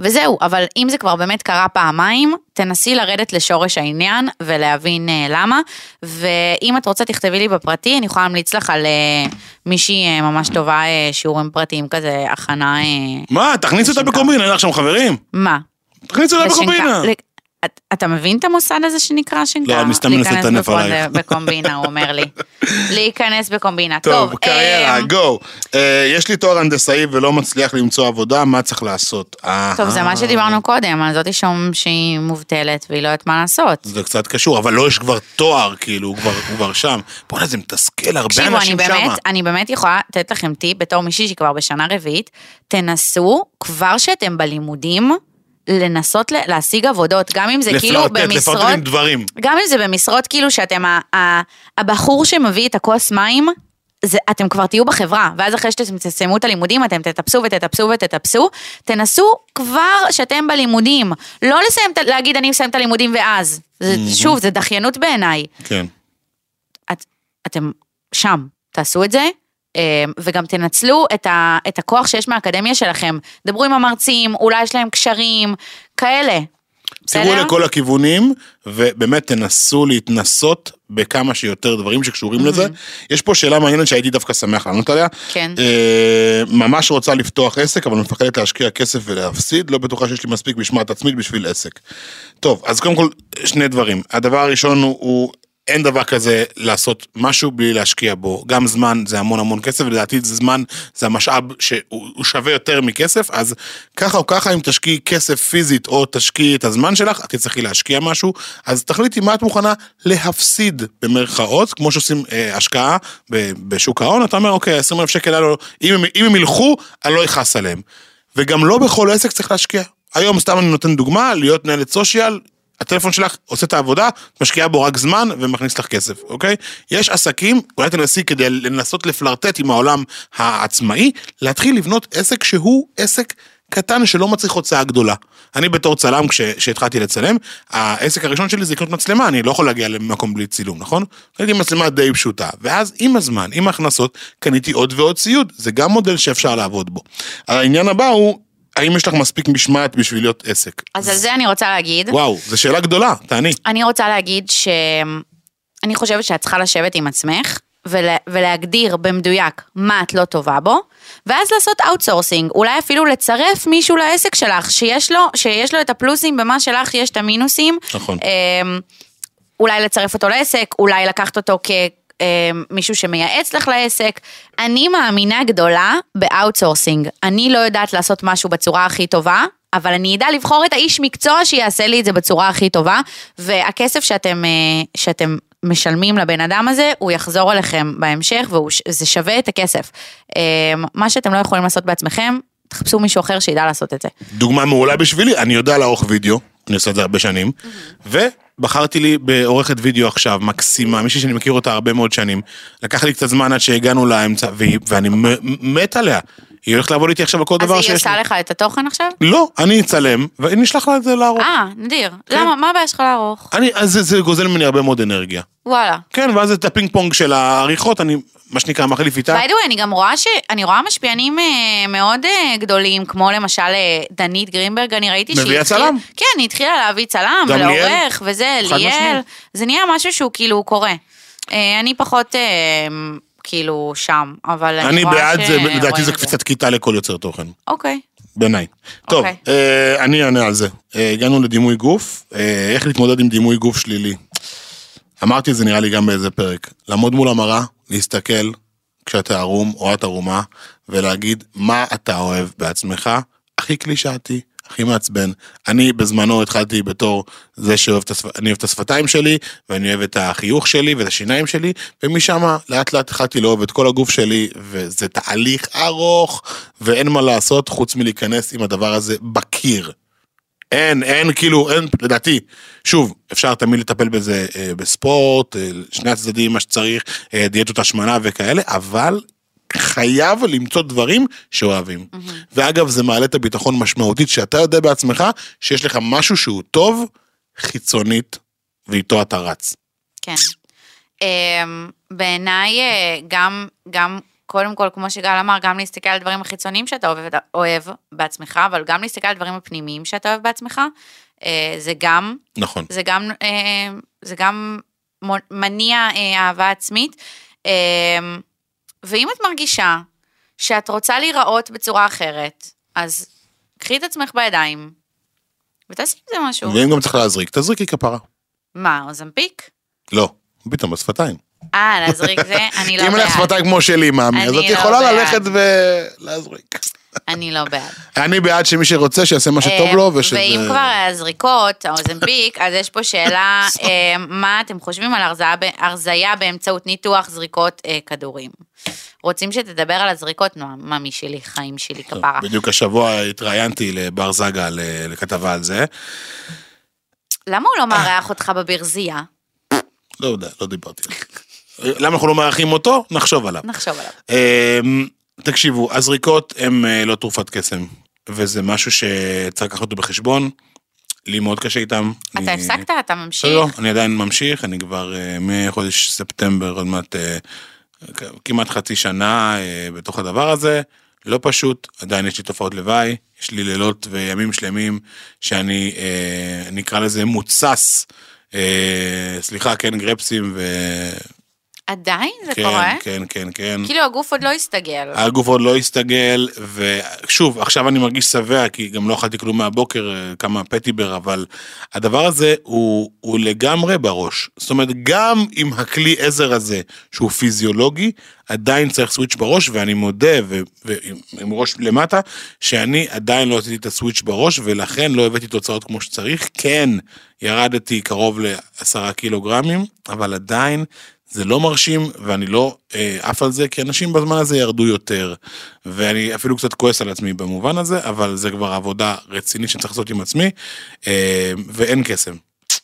וזהו, אבל אם זה כבר באמת קרה פעמיים, תנסי לרדת לשורש העניין ולהבין אה, למה. ואם את רוצה, תכתבי לי בפרטי, אני יכולה להמליץ לך על אה, מישהי אה, ממש טובה, אה, שיעורים פרטיים כזה, הכנה... אה,
מה, תכניס אותה
לשנקר.
בקומבינה, אין לך שם חברים.
מה?
תכניס אותה
לשנקר-
בקומבינה.
ל- את- אתה מבין את המוסד הזה שנקרא שנקרא?
לא, אני סתם מנסה
להיכנס
לטנף
בקונד-
עלייך.
בקומבינה, הוא אומר לי. להיכנס בקומבינה.
טוב, קריירה,
אמ,
גו. אה, יש לי תואר הנדסאי ולא מצליח למצוא עבודה, מה צריך לעשות? אה,
טוב, זה מה שדיברנו קודם, על זאתי שם שהיא מובטלת והיא לא יודעת מה לעשות.
זה קצת קשור, אבל לא, יש כבר תואר, כאילו, הוא כבר- הוא כבר שם. בוא'נה, זה מתסכל, הרבה
תקשיבו, אני
אנשים שמה.
באמת, אני באמת יכולה לתת לכם טיפ בתור מישהי שכבר בשנה רביעית, תנסו, כבר שאתם בלימודים, לנסות ל- להשיג עבודות, גם אם זה כאילו
לפלרטט,
במשרות,
לפלרטט עם דברים.
גם אם זה במשרות כאילו שאתם ה- ה- הבחור שמביא את הכוס מים, זה, אתם כבר תהיו בחברה, ואז אחרי שאתם תסיימו את הלימודים, אתם תטפסו ותטפסו ותטפסו, תנסו כבר שאתם בלימודים, לא לסיים, את ה- להגיד אני מסיים את הלימודים ואז, זה, שוב, זה דחיינות בעיניי.
כן.
את, אתם שם, תעשו את זה. אמ, וגם תנצלו את, ה, את הכוח שיש מהאקדמיה שלכם. דברו עם המרצים, אולי יש להם קשרים, כאלה.
תראו
בסדר?
לכל הכיוונים, ובאמת תנסו להתנסות בכמה שיותר דברים שקשורים לזה. יש פה שאלה מעניינת שהייתי דווקא שמח לענות עליה.
כן.
אה, ממש רוצה לפתוח עסק, אבל מפחדת להשקיע כסף ולהפסיד, לא בטוחה שיש לי מספיק משמעת עצמית בשביל עסק. טוב, אז קודם כל, שני דברים. הדבר הראשון הוא, הוא אין דבר כזה לעשות משהו בלי להשקיע בו. גם זמן זה המון המון כסף, ולדעתי זה זמן, זה המשאב שהוא הוא שווה יותר מכסף, אז ככה או ככה, אם תשקיעי כסף פיזית או תשקיעי את הזמן שלך, את תצטרכי להשקיע משהו, אז תחליטי מה את מוכנה להפסיד במרכאות, כמו שעושים אה, השקעה ב, בשוק ההון, אתה אומר, אוקיי, 20 אלף שקל, הללו, אם, הם- אם הם ילכו, אני לא אכעס עליהם. וגם לא בכל עסק צריך להשקיע. היום, סתם אני נותן דוגמה, להיות מנהלת סושיאל, הטלפון שלך עושה את העבודה, את משקיעה בו רק זמן ומכניס לך כסף, אוקיי? יש עסקים, אולי תנסי כדי לנסות לפלרטט עם העולם העצמאי, להתחיל לבנות עסק שהוא עסק קטן שלא מצריך הוצאה גדולה. אני בתור צלם, כש- כשהתחלתי לצלם, העסק הראשון שלי זה לקנות מצלמה, אני לא יכול להגיע למקום בלי צילום, נכון? הייתי עם מצלמה די פשוטה, ואז עם הזמן, עם ההכנסות, קניתי עוד ועוד ציוד, זה גם מודל שאפשר לעבוד בו. העניין הבא הוא, האם יש לך מספיק משמעת בשביל להיות עסק?
אז על זה אני רוצה להגיד.
וואו, זו שאלה גדולה, תעני.
אני רוצה להגיד ש... אני חושבת שאת צריכה לשבת עם עצמך ולה, ולהגדיר במדויק מה את לא טובה בו, ואז לעשות אאוטסורסינג, אולי אפילו לצרף מישהו לעסק שלך, שיש לו, שיש לו את הפלוסים במה שלך יש את המינוסים.
נכון.
אמ, אולי לצרף אותו לעסק, אולי לקחת אותו כ... אמ, מישהו שמייעץ לך לעסק. אני מאמינה גדולה באאוטסורסינג. אני לא יודעת לעשות משהו בצורה הכי טובה, אבל אני אדע לבחור את האיש מקצוע שיעשה לי את זה בצורה הכי טובה, והכסף שאתם, אה, שאתם משלמים לבן אדם הזה, הוא יחזור אליכם בהמשך, וזה שווה את הכסף. אמ, מה שאתם לא יכולים לעשות בעצמכם, תחפשו מישהו אחר שידע לעשות את זה.
דוגמה מעולה בשבילי, אני יודע לערוך וידאו, אני עושה את זה הרבה שנים, ובחרתי לי בעורכת וידאו עכשיו, מקסימה, מישהי שאני מכיר אותה הרבה מאוד שנים. לקח לי קצת זמן עד שהגענו לאמצע, והיא- ואני מ- מת עליה. היא הולכת לעבוד איתי עכשיו על כל
אז
דבר
היא
שיש לי.
עושה לך את התוכן עכשיו?
לא, אני אצלם, ונשלח לה את זה לערוך.
אה, נדיר.
כן.
למה? מה הבעיה שלך לערוך?
אני, אז זה, זה גוזל ממני הרבה מאוד אנרגיה.
וואלה.
כן, ואז את הפינג פונג של העריכות, אני, מה שנקרא, מחליף איתה.
by the way, אני גם רואה ש... אני רואה משפיענים אה, מאוד אה, גדולים, כמו למשל אה, דנית גרינברג, אני ראיתי שהיא...
מביאה
התחילה-
צלם.
כן, היא התחילה להביא צלם,
גם ליאל.
ולעורך, וזה,
חד
ליאל.
משמעית.
זה נהיה משהו שהוא כאילו קורה. אה, אני פחות אה, כאילו שם, אבל אני
אני
רואה
בעד זה,
שרואים
לדעתי זה
את
קפיצת כיתה לכל יוצר תוכן.
אוקיי.
בעיניי. טוב,
אוקיי.
אה, אני אענה על זה. אה, הגענו לדימוי גוף, אה, איך להתמודד עם דימוי גוף שלילי. אמרתי את זה נראה לי גם באיזה פרק. לעמוד מול המראה, להסתכל כשאתה ערום או את ערומה, ולהגיד מה אתה אוהב בעצמך, הכי קלישאתי. הכי מעצבן. אני בזמנו התחלתי בתור זה שאוהב את, השפ... אני אוהב את השפתיים שלי, ואני אוהב את החיוך שלי ואת השיניים שלי, ומשם לאט לאט התחלתי לאהוב את כל הגוף שלי, וזה תהליך ארוך, ואין מה לעשות חוץ מלהיכנס עם הדבר הזה בקיר. אין, אין, כאילו, אין, לדעתי, שוב, אפשר תמיד לטפל בזה אה, בספורט, אה, שני הצדדים, מה שצריך, אה, דיאטות השמנה וכאלה, אבל חייב למצוא דברים שאוהבים. ואגב, זה מעלה את הביטחון משמעותית, שאתה יודע בעצמך שיש לך משהו שהוא טוב, חיצונית, ואיתו אתה רץ.
כן. אמ, בעיניי, אה, גם, גם, קודם כל, כמו שגל אמר, גם להסתכל על דברים החיצוניים שאתה אוהב, אוהב בעצמך, אבל גם להסתכל על דברים הפנימיים שאתה אוהב בעצמך, אה, זה גם,
נכון.
זה גם, אה, זה גם מו- מניע אה, אהבה עצמית. אה, ואם את מרגישה שאת רוצה להיראות בצורה אחרת, אז קחי את עצמך בידיים, ותעשי עם זה משהו.
ואם גם צריך להזריק, תזריקי כפרה.
מה, אוזנפיק?
לא, פתאום בשפתיים.
אה, להזריק זה? אני לא
אם אין לך
בעד.
שפתיים כמו שלי, מאמי,
אני
אז את
לא
יכולה
בעד.
ללכת ולהזריק.
אני לא בעד.
אני בעד שמי שרוצה, שיעשה מה שטוב לו,
אה,
ושזה...
ואם כבר הזריקות, האוזנביק, אז יש פה שאלה, אה, מה אתם חושבים על הרזיה ב- הרזיה באמצעות ניתוח זריקות אה, כדורים? רוצים שתדבר על הזריקות, נועם, ממי שלי, חיים שלי,
טוב,
כפרה.
בדיוק השבוע התראיינתי לבר זגה ל- לכתבה על זה.
למה הוא לא מארח אותך בברזייה?
לא יודע, לא דיברתי. על זה. למה אנחנו לא מארחים אותו? נחשוב עליו.
נחשוב עליו.
אמ, תקשיבו, הזריקות הן אה, לא תרופת קסם, וזה משהו שצריך לקחת אותו בחשבון. לי מאוד קשה איתם.
אתה
אני-
הפסקת? אתה ממשיך?
אה, לא, לא, אני עדיין ממשיך, אני כבר אה, מחודש ספטמבר עוד מעט אה, כ- כמעט חצי שנה אה, בתוך הדבר הזה. לא פשוט, עדיין יש לי תופעות לוואי, יש לי לילות וימים שלמים שאני, אה, נקרא לזה מוצס, אה, סליחה, כן, גרפסים ו...
עדיין זה
כן,
קורה?
כן, כן, כן.
כאילו הגוף עוד לא הסתגל.
הגוף עוד לא הסתגל, ושוב, עכשיו אני מרגיש שבע, כי גם לא אכלתי כלום מהבוקר, אה, כמה פטיבר, אבל הדבר הזה הוא, הוא לגמרי בראש. זאת אומרת, גם עם הכלי עזר הזה, שהוא פיזיולוגי, עדיין צריך סוויץ' בראש, ואני מודה, ו, ועם עם ראש למטה, שאני עדיין לא עשיתי את הסוויץ' בראש, ולכן לא הבאתי תוצאות כמו שצריך. כן, ירדתי קרוב לעשרה קילוגרמים, אבל עדיין זה לא מרשים, ואני לא אה, עף על זה, כי אנשים בזמן הזה ירדו יותר. ואני אפילו קצת כועס על עצמי במובן הזה, אבל זה כבר עבודה רצינית שצריך לעשות עם עצמי, אה, ואין קסם.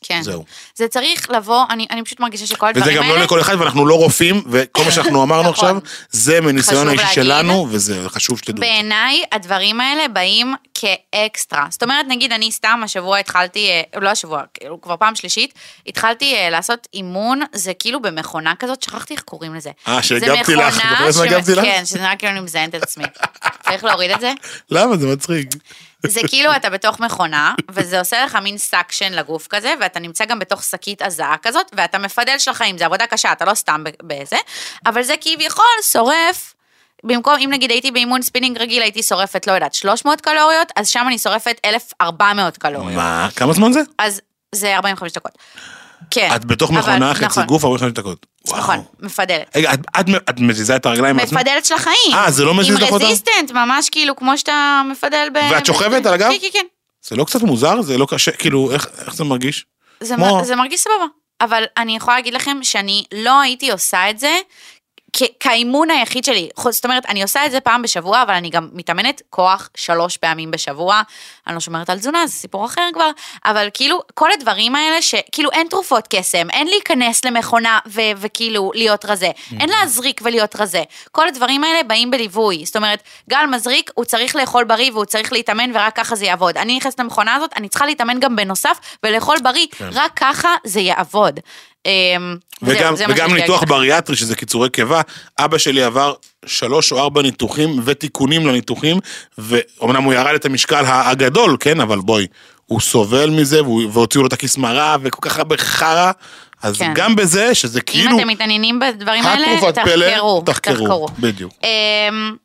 כן.
זהו.
זה צריך לבוא, אני אני פשוט מרגישה שכל הדברים
וזה
האלה...
גם לא לכל אחד, ואנחנו לא רופאים, וכל מה שאנחנו אמרנו
נכון.
עכשיו, זה מניסיון
חשוב
האישי
להגיד. אה?
שלנו, וזה חשוב שתדעו.
בעיניי הדברים האלה באים כאקסטרה. זאת אומרת, נגיד אני סתם השבוע התחלתי, אה, לא השבוע, כאילו כבר פעם שלישית, התחלתי אה, לעשות אימון, זה כאילו במכונה כזאת, שכחתי איך קוראים לזה.
אה,
זה
שהגבתי לך,
מכונה
זוכרת מה
ש-
הגבתי לך?
כן, שזה נראה כאילו אני מזיינת את עצמי. צריך להוריד את זה.
למה? זה מצחיק.
זה כאילו אתה בתוך מכונה, וזה עושה לך מין סאקשן לגוף כזה, ואתה נמצא גם בתוך שקית הזעה כזאת, ואתה מפדל של חיים, זה עבודה קשה, אתה לא סתם ב- בזה, אבל זה כביכול שורף. במקום, אם נגיד הייתי באימון ספינינג רגיל, הייתי שורפת, לא יודעת, 300 קלוריות, אז שם אני שורפת 1,400 קלוריות.
מה? כמה זמן זה?
אז זה 45 דקות. כן.
את בתוך
אבל-
מכונה, חצי
נכון,
גוף, 45 דקות. וואו.
נכון, מפדלת.
רגע, את- את- את מזיזה את הרגליים בעצמך?
מפדלת של החיים.
אה, זה לא מזיז לך
עם
אותה?
רזיסטנט, ממש כאילו, כמו שאתה מפדל ב...
ואת שוכבת על הגב?
כן, כן, כן.
זה לא קצת מוזר? זה לא קשה? כאילו, איך איך זה מרגיש?
זה,
כמו-
מ- זה מרגיש סבבה. אבל אני יכולה להגיד לכם שאני לא הייתי עושה את זה כ- כאימון היחיד שלי. חו- זאת אומרת, אני עושה את זה פעם בשבוע, אבל אני גם מתאמנת כוח שלוש פעמים בשבוע. אני לא שומרת על תזונה, זה סיפור אחר כבר. אבל כאילו, כל הדברים האלה שכאילו אין תרופות קסם, אין להיכנס למכונה ו- וכאילו להיות רזה,
Mm-hmm.
אין להזריק ולהיות רזה. כל הדברים האלה באים בליווי. זאת אומרת, גל מזריק, הוא צריך לאכול בריא והוא צריך להתאמן ורק ככה זה יעבוד. אני נכנסת למכונה הזאת, אני צריכה להתאמן גם בנוסף ולאכול בריא,
כן.
רק ככה זה יעבוד. אמ, זהו,
וגם,
זה מה
וגם
שרציתי
ניתוח
להגיד.
בריאטרי, שזה קיצורי קיבה, אבא שלי עבר שלוש או ארבע ניתוחים ותיקונים לניתוחים, ואומנם הוא ירד את המשקל ה- הגדול, כן, אבל בואי, הוא סובל מזה, והוא- והוציאו לו את הכיס מרה, וכל כך הרבה חרא, אז
כן.
גם בזה, שזה כאילו,
אם אתם מתעניינים בדברים האלה,
התרופת פלא,
תחקרו.
תחקרו, בדיוק.
אמ,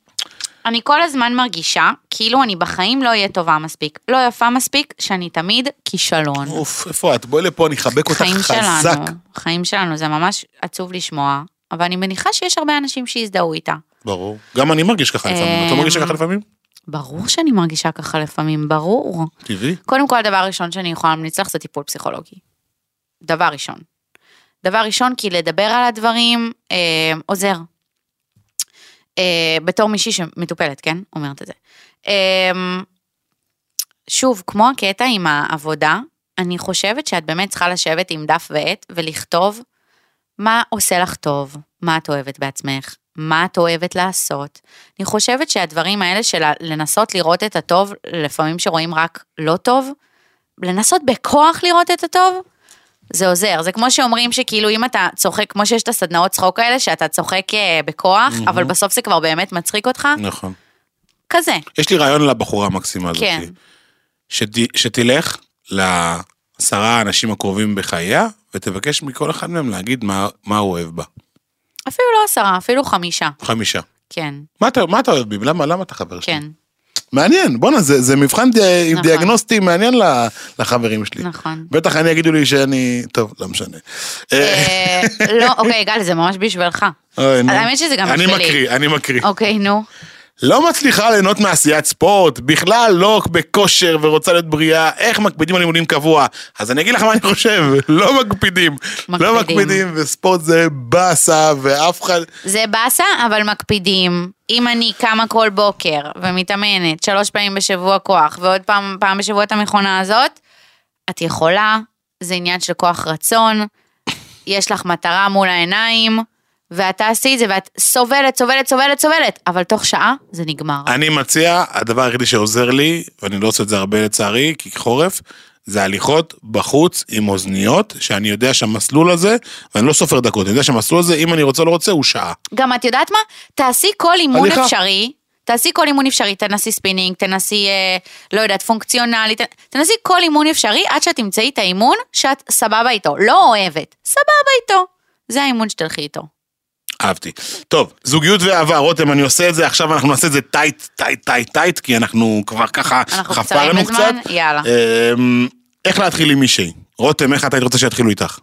אני כל הזמן מרגישה כאילו אני בחיים לא אהיה טובה מספיק, לא יפה מספיק, שאני תמיד כישלון.
אוף, איפה את? בואי לפה, אני אחבק אותך
חיים
חזק.
שלנו, חיים שלנו, זה ממש עצוב לשמוע, אבל אני מניחה שיש הרבה אנשים שיזדהו איתה.
ברור. גם אני מרגיש ככה לפעמים. את לא
אמ,
מרגישה ככה לפעמים?
ברור שאני מרגישה ככה לפעמים, ברור.
טבעי.
קודם כל, הדבר הראשון שאני יכולה להמליץ לך זה טיפול פסיכולוגי. דבר ראשון. דבר ראשון, כי לדבר על הדברים אה, עוזר. אה, בתור מישהי שמטופלת, כן? אומרת את זה. אה, שוב, כמו הקטע עם העבודה, אני חושבת שאת באמת צריכה לשבת עם דף ועט ולכתוב מה עושה לך טוב, מה את אוהבת בעצמך, מה את אוהבת לעשות. אני חושבת שהדברים האלה של ה- לנסות לראות את הטוב, לפעמים שרואים רק לא טוב, לנסות בכוח לראות את הטוב, זה עוזר. זה כמו שאומרים שכאילו אם אתה צוחק, כמו שיש את הסדנאות צחוק האלה, שאתה צוחק אה, בכוח, mm-hmm. אבל בסוף זה כבר באמת מצחיק אותך,
נכון.
כזה.
יש לי רעיון לבחורה המקסימה הזאת.
כן.
שת- שתלך לעשרה האנשים הקרובים בחייה, ותבקש מכל אחד מהם להגיד מה, מה הוא אוהב בה.
אפילו לא עשרה, אפילו חמישה.
חמישה.
כן,
מה אתה, מה אתה אוהב בי? למה, למה אתה חבר שלי?
כן.
מעניין, בואנה, זה, זה מבחן די,
נכון.
נכון. דיאגנוסטי מעניין ל- לחברים שלי.
נכון.
בטח אני יגידו לי שאני... טוב, לא משנה.
אה, לא, אוקיי, גל, זה ממש בשבילך.
אוי, נו.
האמת שזה גם
אני
בשבילי.
מקריא, אני מקריא.
אוקיי, נו.
לא מצליחה ליהנות מעשיית ספורט, בכלל לא בכושר ורוצה להיות בריאה, איך מקפידים על אימונים קבוע? אז אני אגיד לך מה אני חושב, לא מקפידים.
מקפידים.
לא מקפידים, וספורט זה באסה, ואף אחד...
זה באסה, אבל מקפידים. אם אני קמה כל בוקר ומתאמנת שלוש פעמים בשבוע כוח, ועוד פעם, פעם בשבוע את המכונה הזאת, את יכולה, זה עניין של כוח רצון, יש לך מטרה מול העיניים, ואת תעשי את זה, ואת סובלת, סובלת, סובלת, סובלת, אבל תוך שעה זה נגמר.
אני מציע, הדבר היחידי שעוזר לי, ואני לא עושה את זה הרבה לצערי, כי חורף, זה הליכות בחוץ עם אוזניות, שאני יודע שהמסלול הזה, ואני לא סופר דקות, אני יודע שהמסלול הזה, אם אני רוצה או לא רוצה, הוא שעה.
גם את יודעת מה? תעשי כל אימון
הליכה.
אפשרי. תעשי כל אימון אפשרי, תנסי ספינינג, תנסי, אה, לא יודעת, פונקציונלי, ת- תנסי כל אימון אפשרי עד שאת תמצאי את האימון שאת סבבה איתו, לא אוהבת, סבבה איתו. זה האימון שתלכי איתו.
אהבתי. טוב, זוגיות ואהבה, רותם, אני עושה את זה, עכשיו אנחנו נעשה את זה טייט, טייט, טייט, טייט, כי אנחנו כבר ככה
אנחנו
חפרנו
קצרים
קצת.
בזמן, יאללה.
אמ, איך להתחיל עם מישהי? רותם, איך את היית רוצה שיתחילו איתך?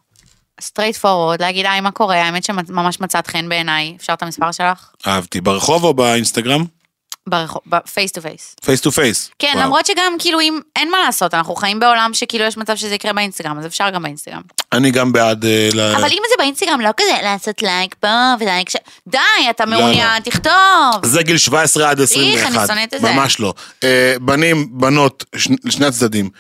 סטרייט פורוורד, להגיד, היי, מה קורה? האמת שממש מצאת חן בעיניי. אפשר את המספר שלך?
אהבתי, ברחוב או באינסטגרם?
ברחוב, בפייס טו פייס.
פייס טו פייס.
כן,
וואו.
למרות שגם, כאילו, אם, אין מה לעשות, אנחנו חיים בעולם שכאילו יש מצב שזה יקרה באינסטגרם, אז אפשר גם באינסטגרם.
אני גם בעד... אה, ל-
אבל אם זה באינסטגרם, לא כזה לעשות לייק פה ולייק ש... די, אתה מעוניין, תכתוב.
זה גיל 17 עד 21.
איך, אני שונאת את זה.
ממש לא. אה, בנים, בנות, שני- לשני הצדדים,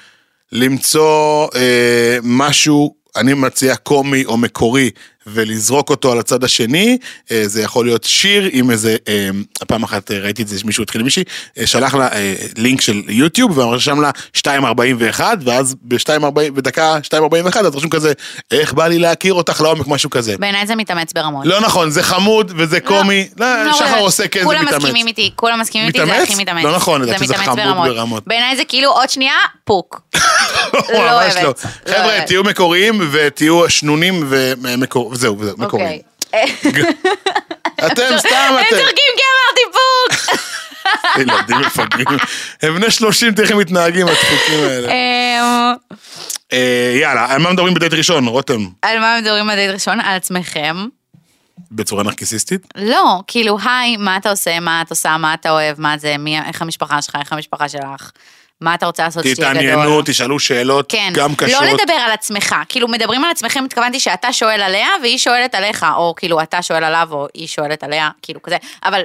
למצוא אה, משהו, אני מציע קומי או מקורי, ולזרוק אותו על הצד השני, אה, זה יכול להיות שיר עם איזה, אה, פעם אחת אה, ראיתי את זה, מישהו התחיל עם מישהי, אה, שלח לה אה, לינק של יוטיוב, ורשם לה 2.41, ואז ב-2.40, בדקה 2.41, אז רשום כזה, איך בא לי להכיר אותך לעומק, משהו כזה.
בעיניי זה מתאמץ ברמות.
לא נכון, זה חמוד וזה קומי, לא,
לא,
שחר
לא.
עושה כן, זה
כולם
מתאמץ.
מסכימים איתי, כולם מסכימים איתי, זה
מתאמץ?
הכי מתאמץ.
לא נכון, לדעתי זה
מתאמץ
חמוד ברמות.
בעיניי זה כאילו עוד שנייה, פוק.
לא,
לא
ממש
אוהבת.
לא.
לא
חבר'ה,
אוהבת.
תהיו מקוריים ותהיו שנונים ומקור... זהו, זהו, מקוריים.
אוקיי. אה,
אתם סתם, אתם...
מתרגים כי אמרתי פוק!
ילדים מפגרים. הם בני 30, תראה איך הם מתנהגים, הדפוקים האלה.
אה,
אה, יאללה, על מה מדברים בדייט ראשון, רותם?
על מה מדברים בדייט ראשון? על עצמכם.
בצורה נרקיסיסטית?
לא, כאילו, היי, מה אתה עושה, מה את עושה, מה אתה אוהב, מה זה, מי, איך המשפחה שלך, איך המשפחה שלך, מה אתה רוצה לעשות שתהיה גדול.
תתעניינו, תשאלו שאלות,
כן,
גם קשות.
לא לדבר על עצמך, כאילו מדברים על עצמכם, התכוונתי שאתה שואל עליה והיא שואלת עליך, או כאילו אתה שואל עליו או היא שואלת עליה, כאילו כזה, אבל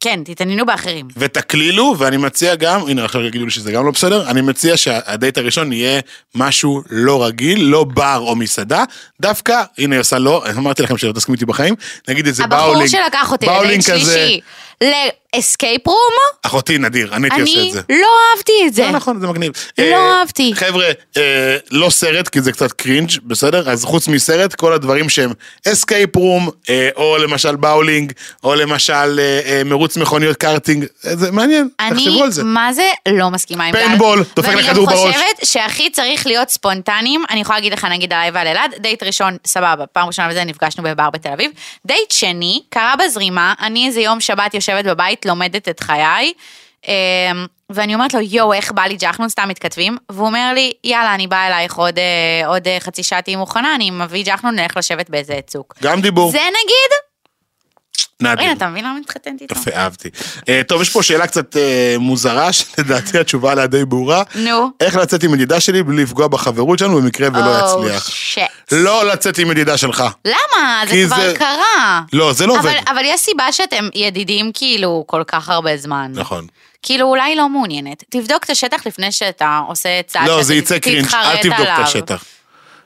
כן, תתעניינו באחרים.
ותקלילו, ואני מציע גם, הנה עכשיו יגידו לי שזה גם לא בסדר, אני מציע שהדייט הראשון יהיה משהו לא רגיל, לא בר או מסעדה, דווקא, הנה היא עושה לא, אמרתי לכם שלא תסכים איתי בחיים, נגיד איזה
הבחור
באולינג,
שלקח אותי לדייט
באולינג כזה,
שלישי לאסקייפ רום,
אחותי נדיר, אני הייתי עושה
אני
את זה.
לא אהבתי את זה.
לא נכון, זה מגניב.
לא
אה,
אהבתי.
חבר'ה, אה, לא סרט, כי זה קצת קרינג', בסדר? אז חוץ מסרט, כל הדברים שהם אסקייפ רום, אה, או למשל באולינג, או למשל אה, אה, מרוץ מכוניות קארטינג, אה, זה מעניין,
אני,
תחשבו על זה.
מה זה, לא מסכימה עם
פיינבול, דופק לה כדור
ואני
בראש.
גם חושבת שהכי צריך להיות ספונטנים, אני יכולה להגיד לך, נגיד עליי ועל אלעד, דייט ראשון, סבבה, פעם ראשונה וזה נפגשנו בבר בתל אביב. דייט שני, קרה בזרימה, אני איזה יום שבת יושבת בבית, לומדת את חיי, אמ, ואני אומרת לו, יואו, איך בא לי ג'חנון, סתם מתכתבים, והוא אומר לי, יאללה, אני באה אלייך עוד, אה, עוד אה, חצי שעה תהיי מוכנה, אני מביא ג'חנון, נלך לשבת באיזה צוק.
גם דיבור,
זה נגיד,
נדיר.
הנה, אתה מבין למה התחתנתי איתו?
יפה, אהבתי. אה, טוב, יש פה שאלה קצת אה, מוזרה, שלדעתי התשובה עליה די ברורה.
נו.
איך לצאת עם ידידה שלי בלי לפגוע בחברות שלנו במקרה ולא
Oh,
יצליח?
shit.
לא לצאת עם ידידה שלך.
למה? זה
כי
כבר
זה-
קרה.
לא, זה לא
אבל,
עובד.
אבל יש סיבה שאתם ידידים כאילו כל כך הרבה זמן.
נכון.
כאילו אולי לא מעוניינת. תבדוק את השטח לפני שאתה עושה צעד
לא,
שאתה
זה יצא
תת-
קרינג', אל
תתחרט
תבדוק את
עליו.
השטח.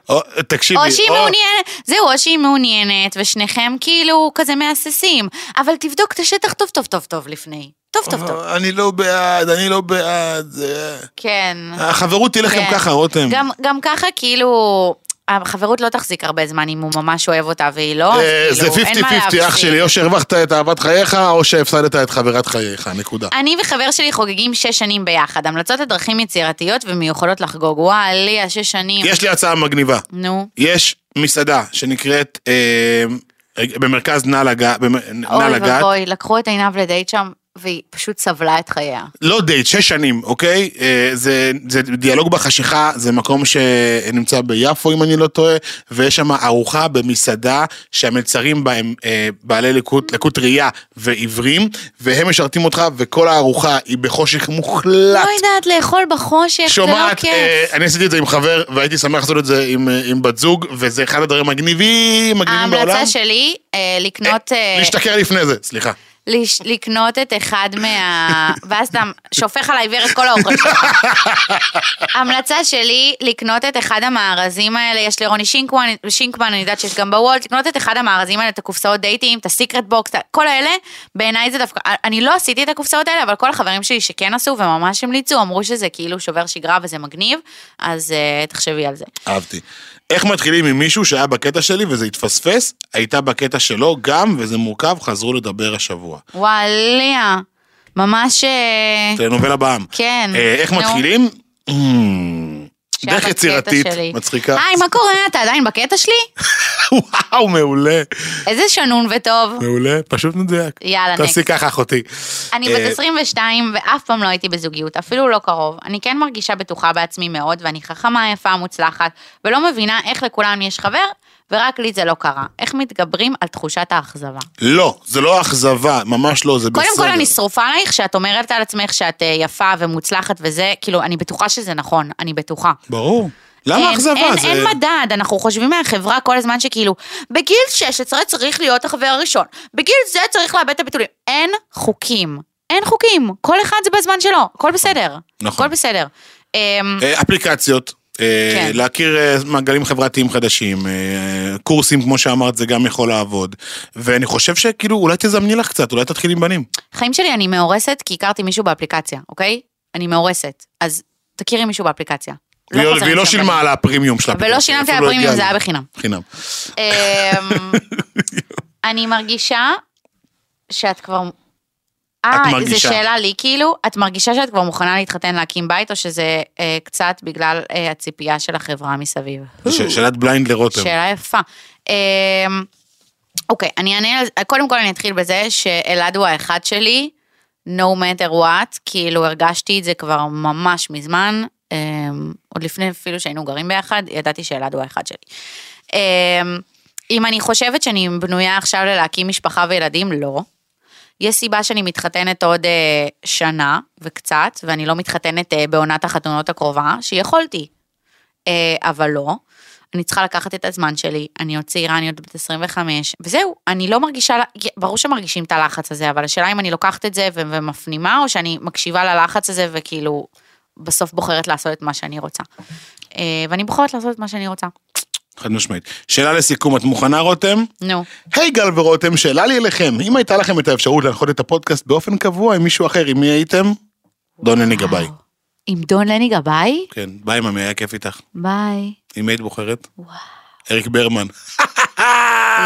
או, תקשיבי,
או שהיא מעוניינת, זהו, או שהיא מעוניינת, ושניכם כאילו כזה מהססים. אבל תבדוק את השטח טוב טוב טוב טוב לפני. טוב טוב טוב.
אני לא בעד, אני לא בעד. אה,
כן.
החברות תלך גם
כן.
ככה, רותם.
גם, גם ככה כאילו... החברות לא תחזיק הרבה זמן אם הוא ממש אוהב אותה והיא לא, אז
אה, זה
כאילו, אין מה
50-50, אח
להפסיד.
שלי, או שהרווחת את אהבת חייך, או שהפסדת את חברת חייך, נקודה.
אני וחבר שלי חוגגים שש שנים ביחד. המלצות לדרכים יצירתיות ומיוחדות לחגוג. וואי, לי השש שנים.
יש לי הצעה מגניבה.
נו.
יש מסעדה שנקראת אה, במרכז נא לגעת, במ- נא
אוי נכון.
לגעת,
ואבוי, לקחו את עינב לדייט שם, והיא פשוט סבלה את חייה.
לא דייט, שש שנים, אוקיי? אה, זה, זה דיאלוג בחשיכה, זה מקום שנמצא ביפו, אם אני לא טועה, ויש שם ארוחה במסעדה שהמלצרים בה הם אה, בעלי לקות, לקות ראייה ועיוורים, והם משרתים אותך, וכל הארוחה היא בחושך מוחלט.
לא יודעת לאכול בחושך, זה לא
שומעת, אה,
כיף.
אני עשיתי את זה עם חבר, והייתי שמח לעשות את זה עם, אה, עם בת זוג, וזה אחד הדברים המגניבים, מגניבים בעולם.
ההמלצה שלי, אה, לקנות... אה,
להשתכר לפני זה, סליחה.
לש- לקנות את אחד מה... ואז אתה שופך עליי ורד כל האוכל שלך. המלצה שלי, לקנות את אחד המארזים האלה, יש לרוני שינקמן, שינקמן, אני יודעת שיש גם בוולט, לקנות את אחד המארזים האלה, את הקופסאות דייטים, את הסיקרט בוקס, את- כל האלה, בעיניי זה דווקא, אני לא עשיתי את הקופסאות האלה, אבל כל החברים שלי שכן עשו וממש המליצו, אמרו שזה כאילו שובר שגרה וזה מגניב, אז אה, תחשבי על זה.
אהבתי. איך מתחילים עם מישהו שהיה בקטע שלי וזה התפספס, הייתה בקטע שלו גם, וזה מורכב, חזרו לדבר השבוע.
וואליה, ממש... אה,
טלנובלה בעם.
כן.
אה, איך
נו.
מתחילים? Mm,
שהיה
דרך
בקטע
יצירתית,
שלי.
מצחיקה.
היי, מה קורה? אתה עדיין בקטע שלי?
וואו, מעולה,
איזה שנון וטוב.
מעולה, פשוט מדויק.
יאללה,
תעשי ככה, אחותי.
אני
אה,
בת 22 ואף פעם לא הייתי בזוגיות, אפילו לא קרוב. אני כן מרגישה בטוחה בעצמי מאוד, ואני חכמה, יפה, מוצלחת, ולא מבינה איך לכולם יש חבר, ורק לי זה לא קרה. איך מתגברים על תחושת האכזבה?
לא, זה לא אכזבה, ממש לא, זה בסדר.
קודם כל, אני שרופה עלייך שאת אומרת על עצמך שאת אה, יפה ומוצלחת וזה, כאילו, אני בטוחה שזה נכון, אני בטוחה.
ברור. למה
אין- כן, אין,
אכזבה? זה-
אין מדד, אנחנו חושבים מהחברה כל הזמן שכאילו, בגיל 16 צריך להיות החבר הראשון, בגיל זה צריך לאבד את הביטולים. אין חוקים. אין חוקים. כל אחד זה בזמן שלו, הכל בסדר.
נכון.
הכל בסדר. אמ,
אה, אפליקציות. אה,
כן.
להכיר אה, מעגלים חברתיים חדשים, אה, קורסים, כמו שאמרת, זה גם יכול לעבוד. ואני חושב שכאילו, אולי תזמני לך קצת, אולי תתחיל עם בנים.
חיים שלי, אני מאורסת כי הכרתי מישהו באפליקציה, אוקיי? אני מאורסת. אז תכירי מישהו באפליקציה.
והיא-
חוזרים
והיא לא
לשם
שילמה
בנים.
על הפרימיום שלה. לא
ולא שילמתי על הפרימיום, זה היה בחינם.
בחינם.
אמ, אני מרגישה שאת כבר... אה,
מרגישה.
זו שאלה לי, כאילו, את מרגישה שאת כבר מוכנה להתחתן להקים בית, או שזה אה, קצת בגלל אה, הציפייה של החברה מסביב?
זו ש- שאלת בליינד לרותם.
שאלה יפה. אמ, אוקיי, אני אענה על זה, קודם כל אני אתחיל בזה שאלעד הוא האחד שלי, no matter what, כאילו הרגשתי את זה כבר ממש מזמן, אמ, עוד לפני אפילו שהיינו גרים ביחד, ידעתי שאלעד הוא האחד שלי. אמ, אם אני חושבת שאני בנויה עכשיו ללהקים משפחה וילדים, לא. יש סיבה שאני מתחתנת עוד אה, שנה וקצת, ואני לא מתחתנת אה, בעונת החתונות הקרובה, שיכולתי. אה, אבל לא. אני צריכה לקחת את הזמן שלי, אני עוד צעירה, אני עוד בת 25, וזהו, אני לא מרגישה, ברור שמרגישים את הלחץ הזה, אבל השאלה אם אני לוקחת את זה ו- ומפנימה, או שאני מקשיבה ללחץ הזה וכאילו, בסוף בוחרת לעשות את מה שאני רוצה. אה, ואני בוחרת לעשות את מה שאני רוצה.
חד משמעית. שאלה לסיכום, את מוכנה רותם?
נו.
היי גל ורותם, שאלה לי אליכם, אם הייתה לכם את האפשרות להנחות את הפודקאסט באופן קבוע עם מישהו אחר, עם מי הייתם? דונני גבאי.
וואו. אה, עם דון לני גבאי?
כן, ביי ממי, היה כיף איתך.
ביי.
עם מי היית בוחרת? אריק ברמן.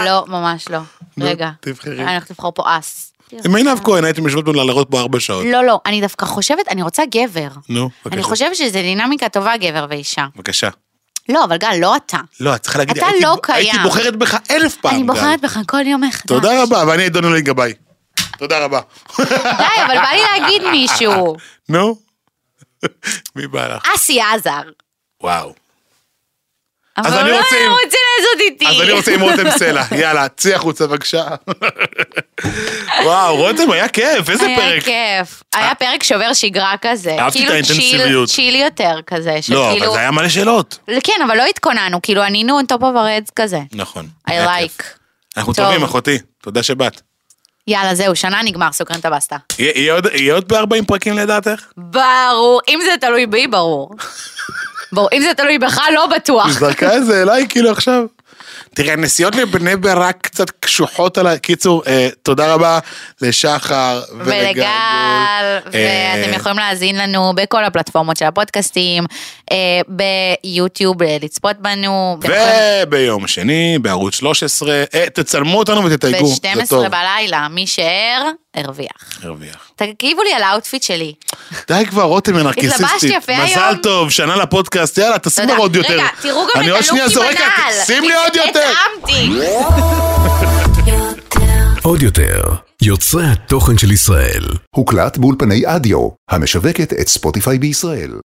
לא, ממש לא.
אה. נו,
רגע.
תבחרי.
אני הולכת לבחור פה אס.
עם עינב כהן הייתם יושבות ולהלרות פה ארבע שעות.
לא, לא, אני דווקא חושבת, אני רוצה גבר.
נו,
אני
אוקיי. בבקשה.
חושבת שזה דינמיקה טובה, גבר ואישה.
בבקשה.
לא, אבל גל, לא אתה.
לא, את צריכה להגיד,
אתה
הייתי-
לא קיים.
הייתי בוחרת בך אלף פעם.
אני
גל.
בוחרת בך כל יום מחדש.
תודה רבה, ואני את דונלי גבאי. תודה רבה.
די, אבל בא לי להגיד מישהו.
נו, מי בא לך?
אסי עזר.
וואו.
אבל
אז אני
הוא לא
רוצה
היה
עם-
רוצה לעשות איתי.
אז אני רוצה עם רותם סלע, יאללה, צאי החוצה בבקשה. וואו, רותם היה כיף, איזה
היה
פרק. אה.
כיף. היה פרק שובר שגרה כזה.
אהבתי את
כאילו צ'יל-
האינטנסיביות.
צ'יל יותר כזה,
לא, אבל
שכאילו...
זה היה מלא שאלות.
כן, אבל לא התכוננו, כאילו ענינו on top of our heads כזה.
נכון.
I
היה כיף.
like.
אנחנו
טוב.
טובים, אחותי, תודה שבאת. יהיה-
יאללה, זהו, שנה נגמר, סוגרים את הבסטה.
יהיה עוד- יהיה עוד ב-40 פרקים לדעתך?
ברור, אם זה תלוי בי, ברור. ברור, אם זה תלוי בך, לא בטוח.
זרקה את זה אליי כאילו עכשיו. תראה, הנסיעות לבני ברק קצת קשוחות עליי. קיצור, אה, תודה רבה לשחר ולגל.
ולגל,
אה,
ואתם יכולים להאזין לנו בכל הפלטפורמות של הפודקאסטים, אה, ביוטיוב אה, לצפות בנו, אתם יכולים-
וביום שני, בערוץ 13, אה, תצלמו אותנו ותתייגו, זה טוב.
ב-12 בלילה, מי שער, הרוויח.
הרוויח.
תגיבו לי על האוטפיט שלי.
די כבר, רותם הנרקיסיסטית.
התלבשת יפה
מזל
היום.
טוב, שנה לפודקאסט, יאללה, תשים
תודה.
כבר עוד יותר.
רגע, תראו גם
אני
את
עוד שנייה
הלוקים
זורק,
הנ"ל.
שים לי עוד יותר.
התאמתי.
עוד יותר,
יוצרי התוכן של ישראל.
הוקלט באולפני אדיו, המשווקת את ספוטיפיי בישראל.